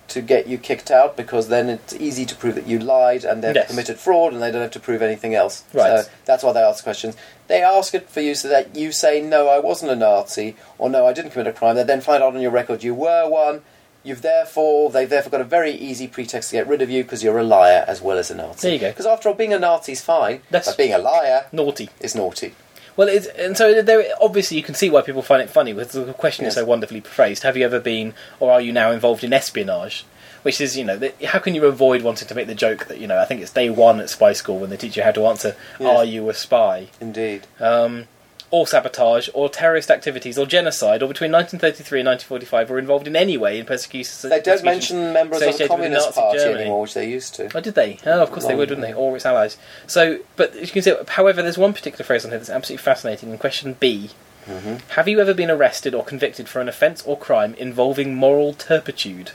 B: to get you kicked out because then it's easy to prove that you lied and they've
A: Yes.
B: committed fraud and they don't have to prove anything else.
A: Right.
B: So that's why they ask questions. They ask it for you so that you say, no, I wasn't a Nazi or no, I didn't commit a crime. They then find out on your record you were one. You've therefore they've therefore got a very easy pretext to get rid of you because you're a liar as well as a Nazi.
A: There you go.
B: Because after all, being a Nazi's fine,
A: That's-
B: but being a liar
A: Naughty.
B: is naughty.
A: Well, it's, and so there, obviously you can see why people find it funny. With the question is so
B: Yes.
A: wonderfully phrased. Have you ever been, or are you now involved in espionage? Which is, you know, that how can you avoid wanting to make the joke that you know? I think it's day one at spy school when they teach you how to answer.
B: Yes.
A: Are you a spy?
B: Indeed.
A: um, or sabotage, or terrorist activities, or genocide, or between 1933 and 1945 were involved in any way in persecution.
B: They don't
A: persecution
B: mention members of the
A: associated with
B: Communist
A: Nazi
B: Party
A: Germany.
B: anymore, which they used to.
A: Oh, did they? Oh, of course they would, wouldn't they? Or its allies. So, but as you can see, however, there's one particular phrase on here that's absolutely fascinating. In question B,
B: Mm-hmm.
A: have you ever been arrested or convicted for an offence or crime involving moral turpitude?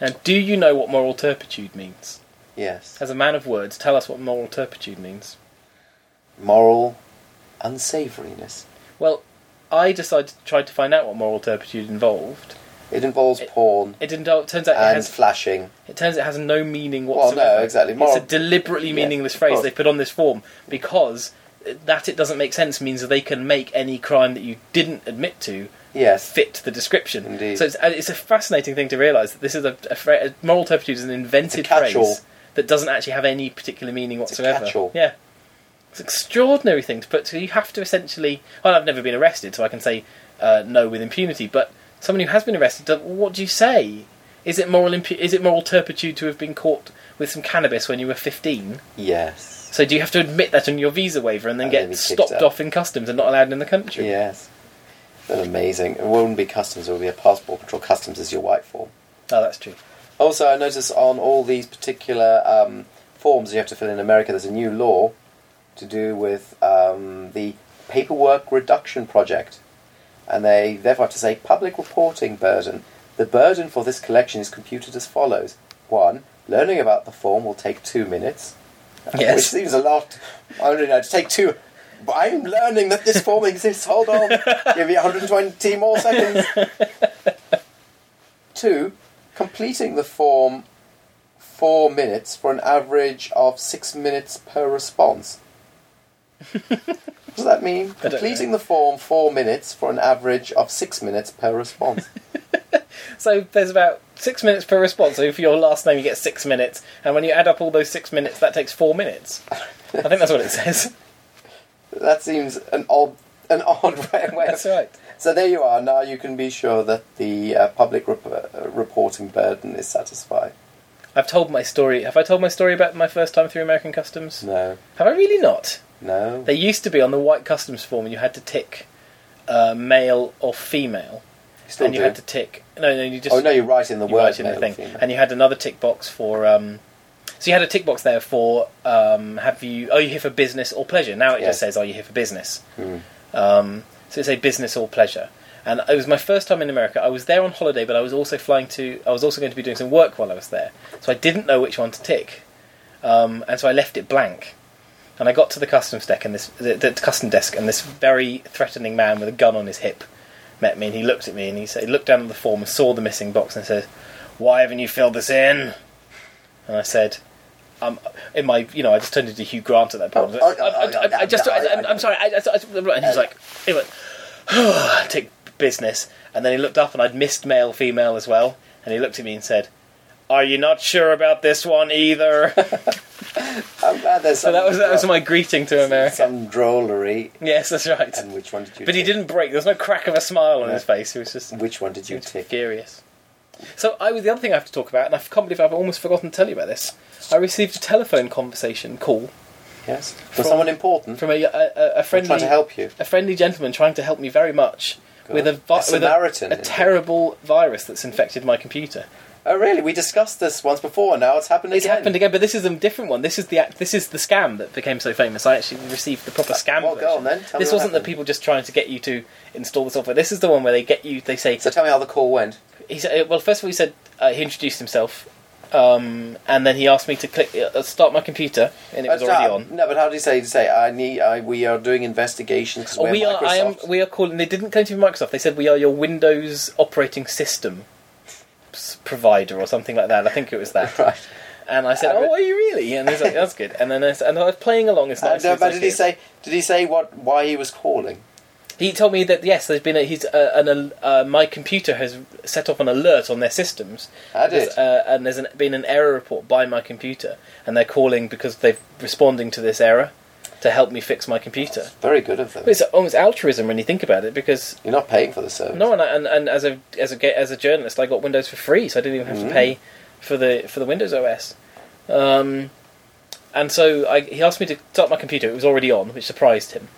A: And do you know what moral turpitude means?
B: Yes.
A: As a man of words, tell us what moral turpitude means.
B: Moral unsavouriness.
A: Well, I decided to try to find out what moral turpitude involved.
B: It involves porn
A: It indul- turns out it
B: and
A: has.
B: flashing.
A: It turns out it has no meaning
B: no,
A: whatsoever.
B: exactly.
A: It's
B: Moral-
A: a deliberately
B: Yeah,
A: meaningless
B: of
A: phrase
B: course.
A: they put on this form because that it doesn't make sense means that they can make any crime that you didn't admit to
B: Yes.
A: fit the description.
B: Indeed.
A: So it's, and it's a fascinating thing to realise that this is a, a, fra- a moral turpitude is an invented
B: It's a catch-all.
A: phrase that doesn't actually have any particular meaning
B: a
A: whatsoever.
B: catch-all.
A: Yeah. It's an extraordinary thing to put. So you have to essentially. Well, I've never been arrested, so I can say uh, no with impunity. But someone who has been arrested, do- what do you say? Is it moral? Impu- is it moral turpitude to have been caught with some cannabis when you were fifteen?
B: Yes.
A: So do you have to admit that on your visa waiver and then
B: And
A: get
B: then be kicked
A: stopped
B: out.
A: off in customs and not allowed in the country?
B: Yes. That's amazing. It won't be customs, it will be a passport patrol. Customs is your white form.
A: Oh, that's true.
B: Also, I notice on all these particular um, forms you have to fill in America, there's a new law to do with um, the Paperwork Reduction Project. And they therefore have to say public reporting burden. The burden for this collection is computed as follows 1. Learning about the form will take two minutes.
A: Yes.
B: <laughs> Which seems a lot. I don't know, to take two. But I'm learning that this form exists.
A: <laughs>
B: Hold on. Give me 120 more seconds. Two, completing the form four minutes for an average of six minutes per
A: <laughs>
B: response. What does that mean?
A: don't know.
B: Completing the form four minutes for an average of six minutes per response.
A: So there's about six minutes per response. So for your last name, you get six minutes, and when you add up all those six minutes, that takes four minutes. I think that's what it
B: <laughs>
A: says.
B: that seems an odd, an odd <laughs> way. way
A: That's
B: of,
A: right.
B: So there you are. Now you can be sure that the uh, public rep- uh, reporting burden is satisfied.
A: I've told my story. Have I told my story about my first time through American customs?
B: No,
A: Have I really not?
B: no.
A: They used to be on the white customs form, you had to tick uh, male or female,
B: Still
A: and you
B: do.
A: had to tick. No, no, you just
B: oh no, you write in the
A: you
B: word.
A: write in the
B: male
A: thing,
B: and female.
A: and you had another tick box for. Um, so you had a tick box there for um, have you are you here for business or pleasure? Now it just
B: Yes.
A: says are you here for business?
B: Hmm.
A: Um, so it's a business or pleasure. And it was my first time in America. I was there on holiday, but I was also flying to. I was also going to be doing some work while I was there, so I didn't know which one to tick, um, and so I left it blank. And I got to the customs deck, and this the, the custom desk, and this very threatening man with a gun on his hip met me, and he looked at me, and he said, he looked down at the form and saw the missing box, and said, "Why haven't you filled this in?" And I said, um, in my, you know, I just turned into Hugh Grant at that point.
B: Oh,
A: I, I, I, I, I just, I, I'm- I'm sorry. I, I, I, and he was like, he went, <sighs> take business. And then he looked up, and I'd missed male, female as well. And he looked at me and said, "Are you not sure about this one either?" <laughs>
B: I'm glad there's
A: so that was that was my greeting to America.
B: some drollery.
A: Yes, that's right.
B: And which one did you?
A: But he
B: tick?
A: didn't break. There was no crack of a smile on
B: No. Mm-hmm.
A: his face. He was just
B: Which one did
A: he
B: you
A: was
B: tick?
A: furious. So I was the other thing I have to talk about, and I can't believe I've almost forgotten to tell you about this. I received a telephone conversation call
B: Yes. Was
A: From-
B: someone important?
A: from a a, a, a friendly
B: trying to help you.
A: a friendly gentleman trying to help me very much
B: God.
A: with a, vi-
B: A Samaritan.
A: with a, a
B: is it?
A: terrible virus that's infected my computer.
B: Oh, really? We discussed this once before, and now it's happened
A: It's
B: again.
A: happened again, but this is a different one. This is the act- this is the scam that became so famous. I actually received the proper scam
B: Uh, Well,
A: version.
B: go on then. Tell me
A: this
B: what
A: wasn't the
B: happened.
A: people just trying to get you to install the software. This is the one where they get you. They say
B: So tell me how the call went.
A: he said, well, first of all, he said uh, he introduced himself, um, and then he asked me to click uh, start my computer, and it was
B: Uh,
A: already
B: no,
A: on.
B: No, but how do you say? You say I need. I, we are doing investigations. 'cause
A: Oh,
B: we're
A: we are. I am.
B: Microsoft.
A: We are calling. They didn't claim to be Microsoft. They said we are your Windows operating system s- provider or something like that. I think it was that.
B: <laughs> Right.
A: And I said,
B: Uh, but-
A: "Oh, are you really?" And he's like, "That's good." And then I, s- and I was playing along as
B: And,
A: nicely
B: uh,
A: as I
B: but did he
A: could.
B: say? Did he say what? Why he was calling?
A: He told me that yes, there's been a, he's uh, an al- uh, my computer has set off an alert on their systems.
B: Had
A: There's,
B: it?
A: uh, and there's an, been an error report by my computer, and they're calling because they're responding to this error to help me fix my computer.
B: Very good of them.
A: But it's almost altruism when you think about it, because
B: You're not paying for the service.
A: no, and, I, and, and as a as a ga- as a journalist, I got Windows for free, so I didn't even have to pay for the for the Windows OS. Um, and so I, he asked me to start my computer. It was already on, which surprised him.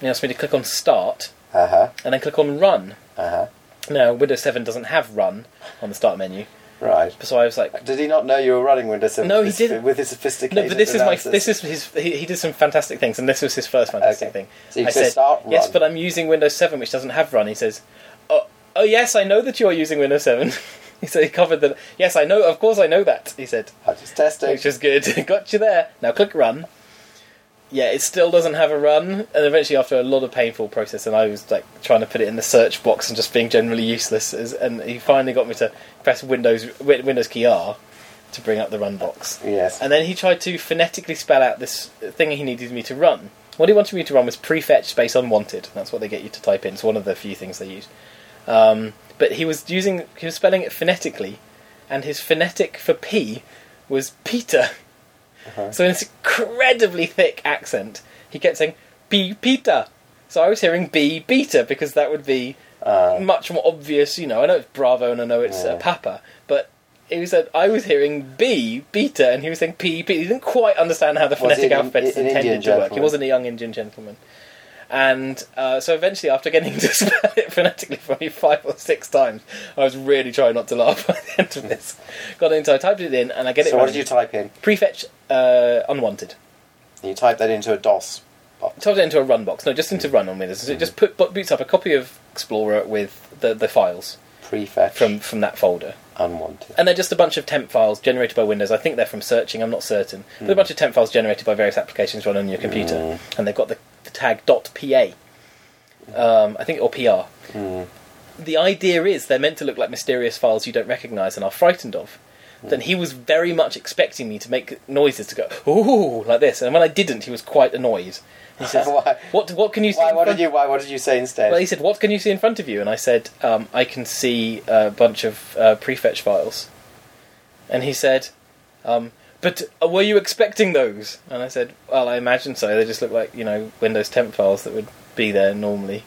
A: He asked me to click on Start
B: Uh huh.
A: and then click on Run.
B: Uh huh.
A: Now, Windows 7 doesn't have Run on the Start menu,
B: Right.
A: so I was like,
B: Did he not know you were running Windows 7?
A: No,
B: with
A: he
B: his-
A: didn't.
B: With his sophisticated.
A: "No, but this is my
B: analysis?
A: this is his he, he did some fantastic things, and this was his first fantastic
B: Okay.
A: thing."
B: So you
A: I
B: said
A: said,
B: Start, Run.
A: "Yes, but I'm using Windows 7, which doesn't have Run." He says, "Oh, oh yes, I know that you are using Windows 7." <laughs> he said, "He covered the yes, I know, of course, I know that." He said,
B: I just testing.
A: which is good. <laughs> Got you there. Now click Run. Yeah, it still doesn't have a run, and eventually, after a lot of painful process, and I was like trying to put it in the search box and just being generally useless, as, and he finally got me to press Windows Wi- Windows key R to bring up the run box.
B: Yes.
A: And then he tried to phonetically spell out this thing he needed me to run. What he wanted me to run was prefetch space unwanted. That's what they get you to type in. It's one of the few things they use. Um, but he was using he was spelling it phonetically, and his phonetic for P was Peter. So in this incredibly thick accent, he kept saying B Peter. So I was hearing B Beta because that would be much more obvious. You know, I know it's Bravo and I know it's uh,
B: Uh. Yeah.
A: Papa, but it was that I was hearing B Beta and he was saying P P. He didn't quite understand how the
B: Was he
A: phonetic
B: an-
A: alphabet is
B: an
A: intended
B: Indian
A: to work. He
B: gentleman?
A: wasn't a young Indian gentleman. And uh, so eventually, after getting <laughs> to spell it phonetically probably five or six times, I was really trying not to laugh <laughs> by the end of this. Got in, so I typed it in, and I get it.
B: so what
A: right.
B: did you type in?
A: Prefetch uh, unwanted.
B: You type that into a DOS. box.
A: Typed it into a run box. No, just into run on Windows. So it just put bo- boots up a copy of Explorer with the, the files
B: Prefetch.
A: from from that folder,
B: unwanted.
A: and they're just a bunch of temp files generated by Windows. I think they're from searching. I'm not certain. But a bunch of temp files generated by various applications run on your computer, and they've got the, the tag .pa, um, I think, or PR. The idea is they're meant to look like mysterious files you don't recognise and are frightened of. Then he was very much expecting me to make noises to go ooh like this, and when I didn't, he was quite annoyed. He says,
B: Why-
A: <laughs> "What? What can you see?
B: Why?
A: in
B: What
A: front-
B: did you? Why? What did you say instead?
A: well, he said, "What can you see in front of you?" And I said, um, "I can see a bunch of uh, prefetch files." And he said, um, "But uh, were you expecting those?" And I said, "Well, I imagine so. They just look like you know Windows temp files that would be there normally."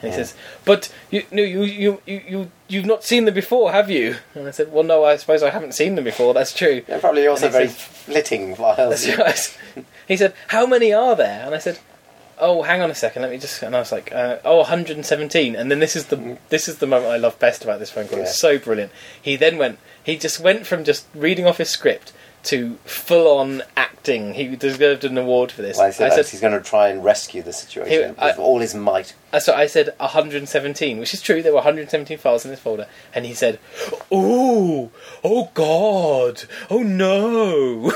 A: And he says, "But you, no, you, you, you, you, you've not seen them before, have you?" And I said, "Well, no, I suppose I haven't seen them before. That's true."
B: They're probably also
A: And he
B: very
A: said-
B: flitting files.
A: That's right. He said, <laughs> "How many are there?" And I said, "Oh, hang on a second. Let me just." And I was like, uh, "Oh, 117." And then this is the this is the moment I love best about this phone call. It's
B: Mm. Yeah.
A: so brilliant. He then went. He just went from just reading off his script to full on acting. He deserved an award for this.
B: Well, I said, that he's going to try and rescue the situation
A: He- I-
B: with all his might.
A: Uh, So I said 117, which is true. There were 117 files in this folder, and he said, "Oh, oh God, oh no,"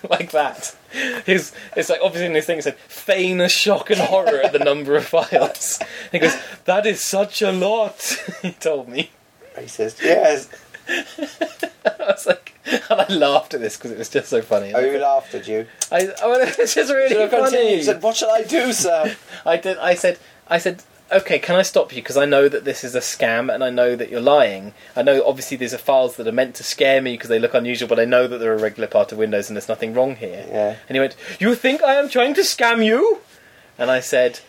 A: <laughs> like that. His, it's like obviously in his thing it said, "Feign a shock and horror at the number of files." And he goes, "That is such a lot," <laughs> he told me.
B: Racist. Yes.
A: I was like, and I laughed at this because it was just so funny.
B: Oh, you laughed, did you?
A: I, oh, <laughs> it's just really
B: Should have
A: funny.
B: continued. You said, "What shall I do, sir?"
A: I did. I said. I said. Okay, can I stop you? Because I know that this is a scam, and I know that you're lying. I know obviously these are files that are meant to scare me because they look unusual, but I know that they're a regular part of Windows, and there's nothing wrong here.
B: Yeah.
A: And he went, "You think I am trying to scam you?" And I said,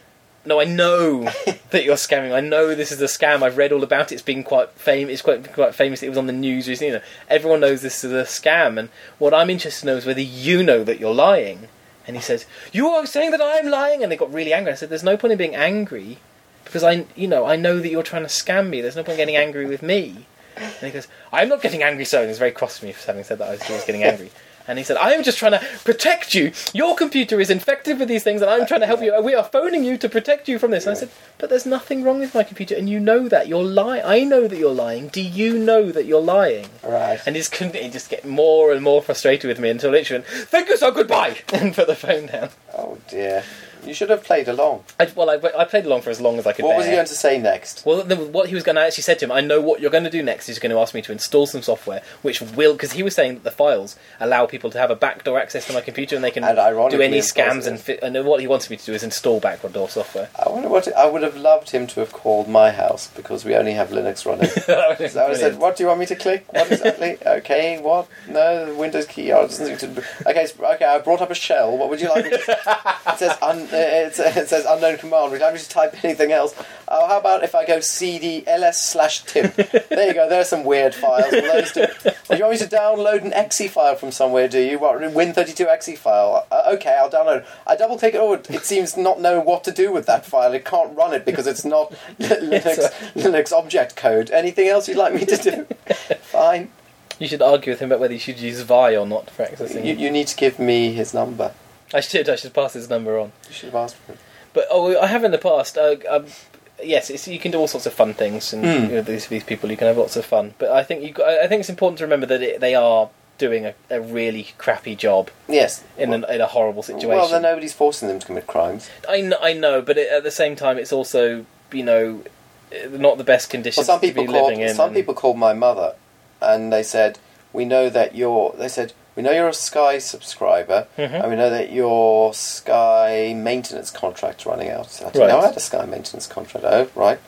A: "No, I know that you're scamming. I know this is a scam. I've read all about it. It's been quite famous. It's quite quite famous. It was on the news recently. You know, everyone knows this is a scam. And what I'm interested to know is whether you know that you're lying." And he said, "You are saying that I'm lying." And they got really angry. I said, "There's no point in being angry. because I, you know, I know that you're trying to scam me. There's no point getting angry with me." And he goes, "I'm not getting angry, so." And he's very cross with me for having said that I was he was getting angry. And he said, "I am just trying to protect you. Your computer is infected with these things, and I'm trying to help you. We are phoning you to protect you from this." And I said, "But there's nothing wrong with my computer, and you know that you're lying. I know that you're lying. Do you know that you're lying?"
B: Right.
A: And he's con- he just get more and more frustrated with me until literally, went, "Thank you so goodbye," <laughs> and put the phone down.
B: Oh dear. You should have played along.
A: I, well, I, I played along for as long as I could.
B: What was he
A: bear.
B: going to say next?
A: Well, the, what he was going to actually said to him, I know what you're going to do next. Is you're going to ask me to install some software, which will, because he was saying that the files allow people to have a backdoor access to my computer, and they can
B: And
A: do
B: ironically,
A: any
B: of course,
A: scams.
B: it
A: And,
B: is.
A: fi- and what he wanted me to do is install backdoor software. <laughs>
B: I wonder what I would have loved him to have called my house because we only have
A: <laughs>
B: Linux running. So I would have said,
A: Brilliant.
B: "What do you want me to click? What exactly? okay, what? No, the Windows key. Oh, it doesn't seem to. Okay, it's- okay. I brought up a shell. What would you like? me to... it says un, uh, it, sa- it says unknown command. Would you like me to type anything else? Oh, how about if I go cd ls slash tim? there you go. There are some weird files. Well, those do. Oh, you want me to download an exe file from somewhere? Do you? What Win32 exe file? Uh, okay, I'll download. I double click it. Oh, it, it seems not know what to do with that file. It can't run it because it's not <laughs> Linux Linux object code. Anything else you'd like me to
A: <laughs>
B: do? Fine.
A: You should argue with him about whether you should use Vi or not for accessing.
B: You,
A: it.
B: you need to give me his number.
A: I should. I should pass his number on.
B: You should have asked for it.
A: But oh, I have in the past. Uh, um, yes, it's, you can do all sorts of fun things, and
B: Hmm.
A: you know, these these people you can have lots of fun. But I think you. got- I I think it's important to remember that it, they are doing a, a really crappy job
B: Yes.
A: in an, in a horrible situation.
B: Well, then uh, nobody's forcing them to commit crimes.
A: I know, I know, but it, at the same time, it's also you know eh, not the best
B: Well,
A: conditions
B: some
A: to
B: people
A: be
B: called.
A: living in.
B: Some
A: and-
B: people called my mother, and they said, "We know that you're." They said, "We know you're a Sky subscriber,
A: Mm-hmm.
B: and we know that your Sky maintenance contract's running out." So I didn't
A: Right. Mm-hmm.
B: know I had a Sky maintenance contract. Oh, right.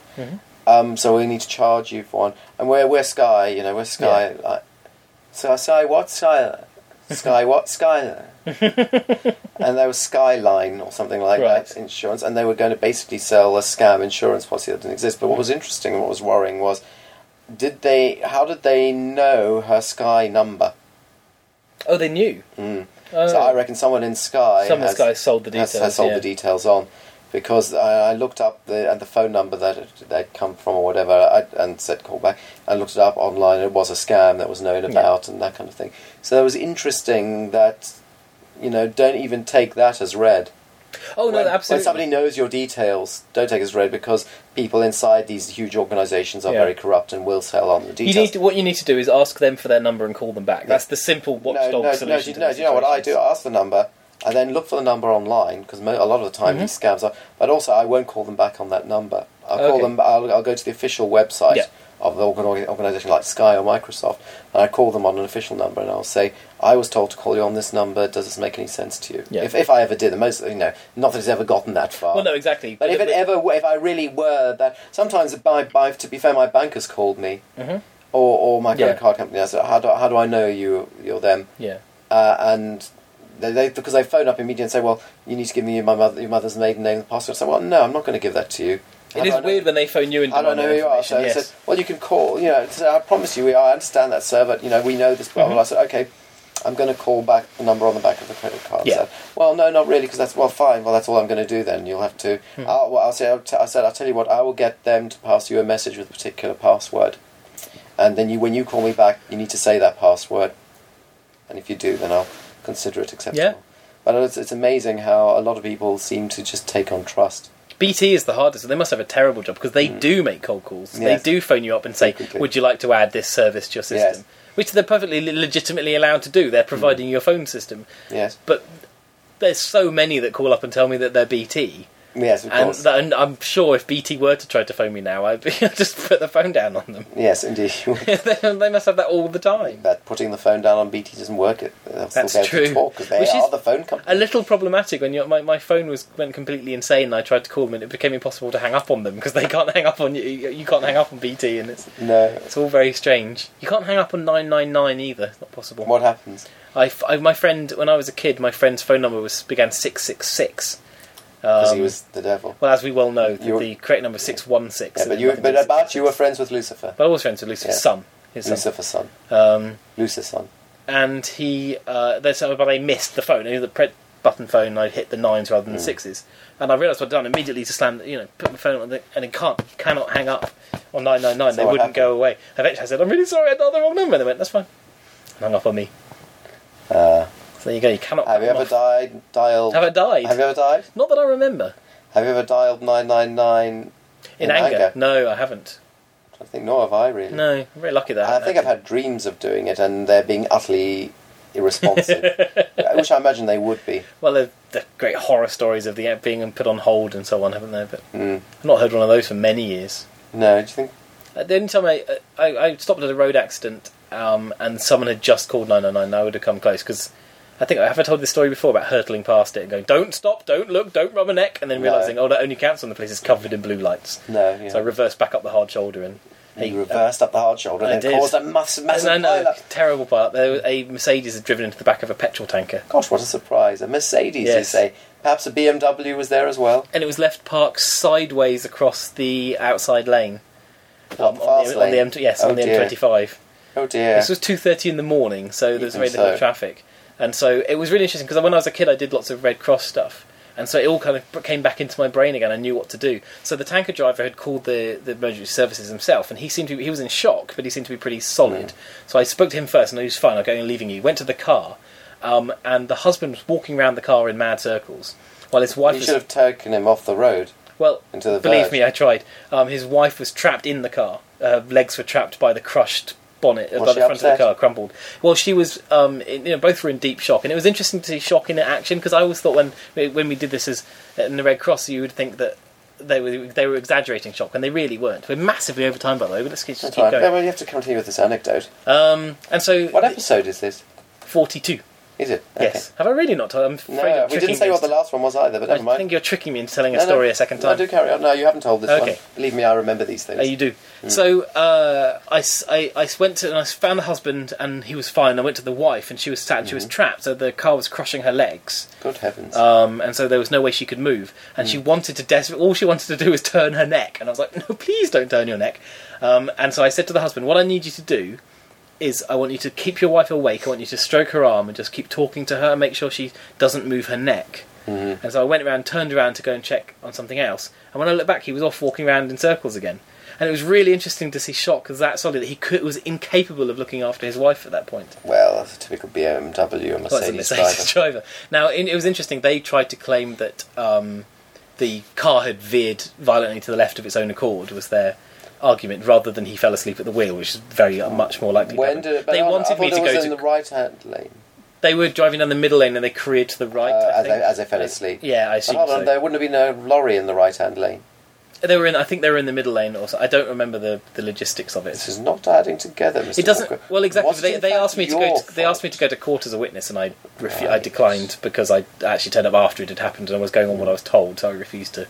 B: Um, so we need to charge you for one, and we're we're Sky. You know, we're Sky. Like, so I say, "What Sky? Sky what Sky?" and there was Skyline or something like
A: Right.
B: that insurance, and they were going to basically sell a scam insurance policy that didn't exist. But what was interesting and what was worrying was, did they? How did they know her Sky number?
A: Oh, they knew. Oh.
B: Mm. So I reckon someone in Sky,
A: Some of
B: has,
A: this guy sold the details.
B: has, has sold
A: yeah.
B: the details on, because I, I looked up the and the phone number that it, they'd come from or whatever, I, and said call back. I looked it up online. It was a scam that was known about and that kind of thing. So it was interesting that, you know, don't even take that as read.
A: Oh no,
B: when,
A: absolutely.
B: when somebody knows your details, don't take it as read because people inside these huge organisations are
A: Yeah.
B: very corrupt and will sell on the
A: you
B: details.
A: need to, what you need to do is ask them for their number and call them back. That's the simple watchdog
B: no, no,
A: solution.
B: No,
A: to
B: no,
A: these
B: you know what I do?
A: situations.
B: I ask the number and then look for the number online because mo- a lot of the time these scams are. But also, I won't call them back on that number. I'll call
A: Mm-hmm. Okay.
B: them. I'll, I'll go to the official website
A: Yeah.
B: of the organ- organisation like Sky or Microsoft, and I call them on an official number and I'll say, "I was told to call you on this number. Does this make any sense to you?"
A: Yeah.
B: If, if I ever did, the most you know, not that it's ever gotten that far.
A: Well, no, exactly.
B: But if it ever, if I really were that, sometimes my, my to be fair, my bankers called me, or or my
A: Mm-hmm.
B: credit
A: Yeah.
B: card company. I said, how do how do I know you you're them?
A: yeah,
B: Uh, and they, they because they phone up immediately and say, well, you need to give me my mother, your mother's maiden name and password. I said, well, no, I'm not going to give that to you. How
A: it
B: do
A: is
B: I know-
A: weird when they phone you and
B: I
A: demand
B: don't know
A: their
B: who you are. So
A: information,
B: I
A: yes.
B: said, well, you can call. You know, so I promise you, we I understand that, sir. But you know, we know this. Blah, blah,
A: Mm-hmm.
B: blah. I said, okay, I'm going to call back the number on the back of the credit card.
A: Yeah.
B: So, well, no, not really, because that's well, fine. Well, that's all I'm going to do then. You'll have to.
A: Hmm.
B: I'll, well, I'll say. I'll t- I said, I'll tell you what. I will get them to pass you a message with a particular password, and then you, when you call me back, you need to say that password. And if you do, then I'll consider it acceptable.
A: Yeah.
B: But it's, it's amazing how a lot of people seem to just take on trust.
A: BT is the hardest. They must have a terrible job because they do make cold calls.
B: Mm. Yes.
A: They do phone you up and say,
B: Frequently.
A: "Would you like to add this service to your system?"
B: Yes. Mm.
A: Which they're perfectly le- legitimately allowed to do. They're providing your phone system,
B: Yes.
A: but there's so many that call up and tell me that they're BT,
B: Yes. Of
A: and,
B: course.
A: that- and I'm sure if BT were to try to phone me now, I'd be, <laughs> I'd just put the phone down on them. <laughs>
B: yes, indeed. <laughs>
A: they they must have that all the time.
B: that putting the phone down on BT doesn't work. It, they'll
A: That's
B: still be able
A: true.
B: to talk because they
A: Which is
B: are the phone
A: A
B: company.
A: little problematic when you my my phone was went completely insane. and I tried to call them, and it became impossible to hang up on them because they can't <laughs> hang up on you. You you can't hang up on BT, and it's
B: no.
A: It's all very strange. You can't hang up on 999 either. It's not possible.
B: What happens?
A: I f I my friend, when I was a kid, my friend's phone number was began 666.
B: Because
A: Um,
B: he was the devil.
A: Well, as we well know, the,
B: You-
A: the correct number is 616. so
B: Yeah, but
A: there's
B: you,
A: nothing to
B: but
A: do with
B: about you were
A: 666.
B: friends with Lucifer.
A: But I was friends with Lucifer's
B: Yeah.
A: son. His son.
B: Lucifer's son.
A: Um,
B: Lucifer's son.
A: and he, uh, there's something about they missed the phone. And the pre- button phone and I'd hit the nines rather than
B: Mm.
A: the sixes. And I realised what I'd done immediately to slam, you know, put my phone on the, and it can't, cannot hang up on 999. they
B: what
A: wouldn't
B: happened.
A: go away. Eventually I said, I'm really sorry, I dialed the wrong number. And they went, that's fine. And hung up on me.
B: Uh,
A: So there you go, you cannot.
B: have you
A: cut
B: ever
A: them off.
B: died? Dialed?
A: Have I died?
B: Have you ever died?
A: Not that I remember.
B: Have you ever dialed nine nine nine
A: In, anger. No, I haven't.
B: I think nor have I really.
A: No, I'm very lucky that
B: I think I've had dreams of doing it and they're being utterly
A: <laughs>
B: irresponsive, which I imagine they would be.
A: Well, the, the great horror stories of the app being put on hold and so on, haven't there? But
B: Hmm.
A: I've not heard one of those for many years.
B: No, do you think?
A: Uh, The only time I, I, I stopped at a road accident um, and someone had just called 999, I would have come close because I think I have I told this story before about hurtling past it and going, don't stop, don't look, don't rub my neck, and then
B: No.
A: realising, oh, that only counts when the place is covered in blue lights.
B: No, yeah.
A: So I reversed back up the hard shoulder and. uh,
B: He
A: a-
B: reversed up the hard shoulder
A: I
B: and then
A: did.
B: caused a massive, massive
A: no, no,
B: pileup.
A: terrible part. There, was- a Mercedes had driven into the back of a petrol tanker,
B: Gosh, what a surprise. A Mercedes, you
A: Yes.
B: say. Perhaps a BMW was there as well.
A: and it was left parked sideways across the outside lane
B: What,
A: um, on,
B: Oh, fast
A: the, on the
B: lane?
A: M- yes,
B: oh
A: on the
B: dear.
A: M25.
B: Oh dear.
A: This was two thirty in the morning, so there's
B: Even
A: very little
B: so.
A: traffic, and so it was really interesting because when I was a kid, I did lots of Red Cross stuff, and so it all kind of came back into my brain again. I knew what to do. So the tanker driver had called the the emergency services himself, and he seemed to be, he was in shock, but he seemed to be pretty
B: Mm.
A: solid. So I spoke to him first, and he was fine. I'm going and leaving you. Went to the car, um, and the husband was walking around the car in mad circles. While his wife
B: You
A: was
B: should have taken him off the road.
A: well,
B: Into the
A: believe
B: verge.
A: me, I tried. Um, his wife was trapped in the car. Her legs were trapped by the crushed bonnet, uh,
B: Was
A: by
B: she
A: the front of
B: upset?
A: the car, crumpled. Well, she was. Um, in, you know, both were in deep shock, and it was interesting to see shock in action because I always thought when when we did this as uh, in the Red Cross, you would think that. They were they were exaggerating shock, and they really weren't. We're massively over time, by the way. But let's keep, just
B: That's
A: keep
B: right. No,
A: going.
B: well, you have to continue with this anecdote.
A: Um, and so
B: What episode is this?
A: forty-two.
B: Is it?
A: Yes, have I really not? told? I'm afraid I'm
B: No, we
A: tricking
B: didn't say
A: you
B: what the
A: into-
B: last one was either, but never
A: I
B: mind.
A: think you're tricking me into telling a
B: No, no.
A: story a second
B: No,
A: time.
B: do carry on. No, you haven't told this
A: Okay.
B: one. Believe me, I remember these
A: Uh,
B: things.
A: you do. So uh, I, s- I- I s- went to and I s- found the husband and he was fine. I went to the wife and she was sat and she was trapped. So the car was crushing her legs,
B: Good heavens.
A: um, and so there was no way she could move. And she wanted to desperate. All she wanted to do was turn her neck. And I was like, no, please don't turn your neck. Um, and so I said to the husband, what I need you to do is I want you to keep your wife awake. I want you to stroke her arm and just keep talking to her and make sure she doesn't move her neck. And so I went around, turned around to go and check on something else. And when I looked back, he was off walking around in circles again. And it was really interesting to see Shock as that solid that he could, was incapable of looking after his wife at that point.
B: well, that's a typical BMW and
A: Well, it's a <laughs>
B: Mercedes driver.
A: Mercedes driver. Now, in, it was interesting. They tried to claim that um, the car had veered violently to the left of its own accord. Was their argument rather than he fell asleep at the wheel, which is very uh, much more likely. to
B: When
A: happen.
B: did it? but
A: they
B: I- I
A: wanted
B: thought
A: me
B: it
A: to
B: was
A: go
B: in
A: to.
B: the right-hand lane
A: They were driving down the middle lane and they careered to the right.
B: uh,
A: I
B: as,
A: think.
B: I, as I fell asleep.
A: Yeah, I
B: But
A: assume
B: hold on,
A: so.
B: there wouldn't have been a lorry in the right-hand lane.
A: They were in. I think they were in the middle lane. Also, I don't remember the, the logistics of
B: This
A: it.
B: is not adding together, Mr.
A: It doesn't.
B: Walker.
A: Well, exactly.
B: Was it
A: They,
B: in
A: they
B: fact
A: asked me to
B: your
A: go. To, they
B: fault?
A: asked me to go to court as a witness, and I refu- I
B: Right.
A: declined because I actually turned up after it had happened, and I was going on what I was told, so I refused to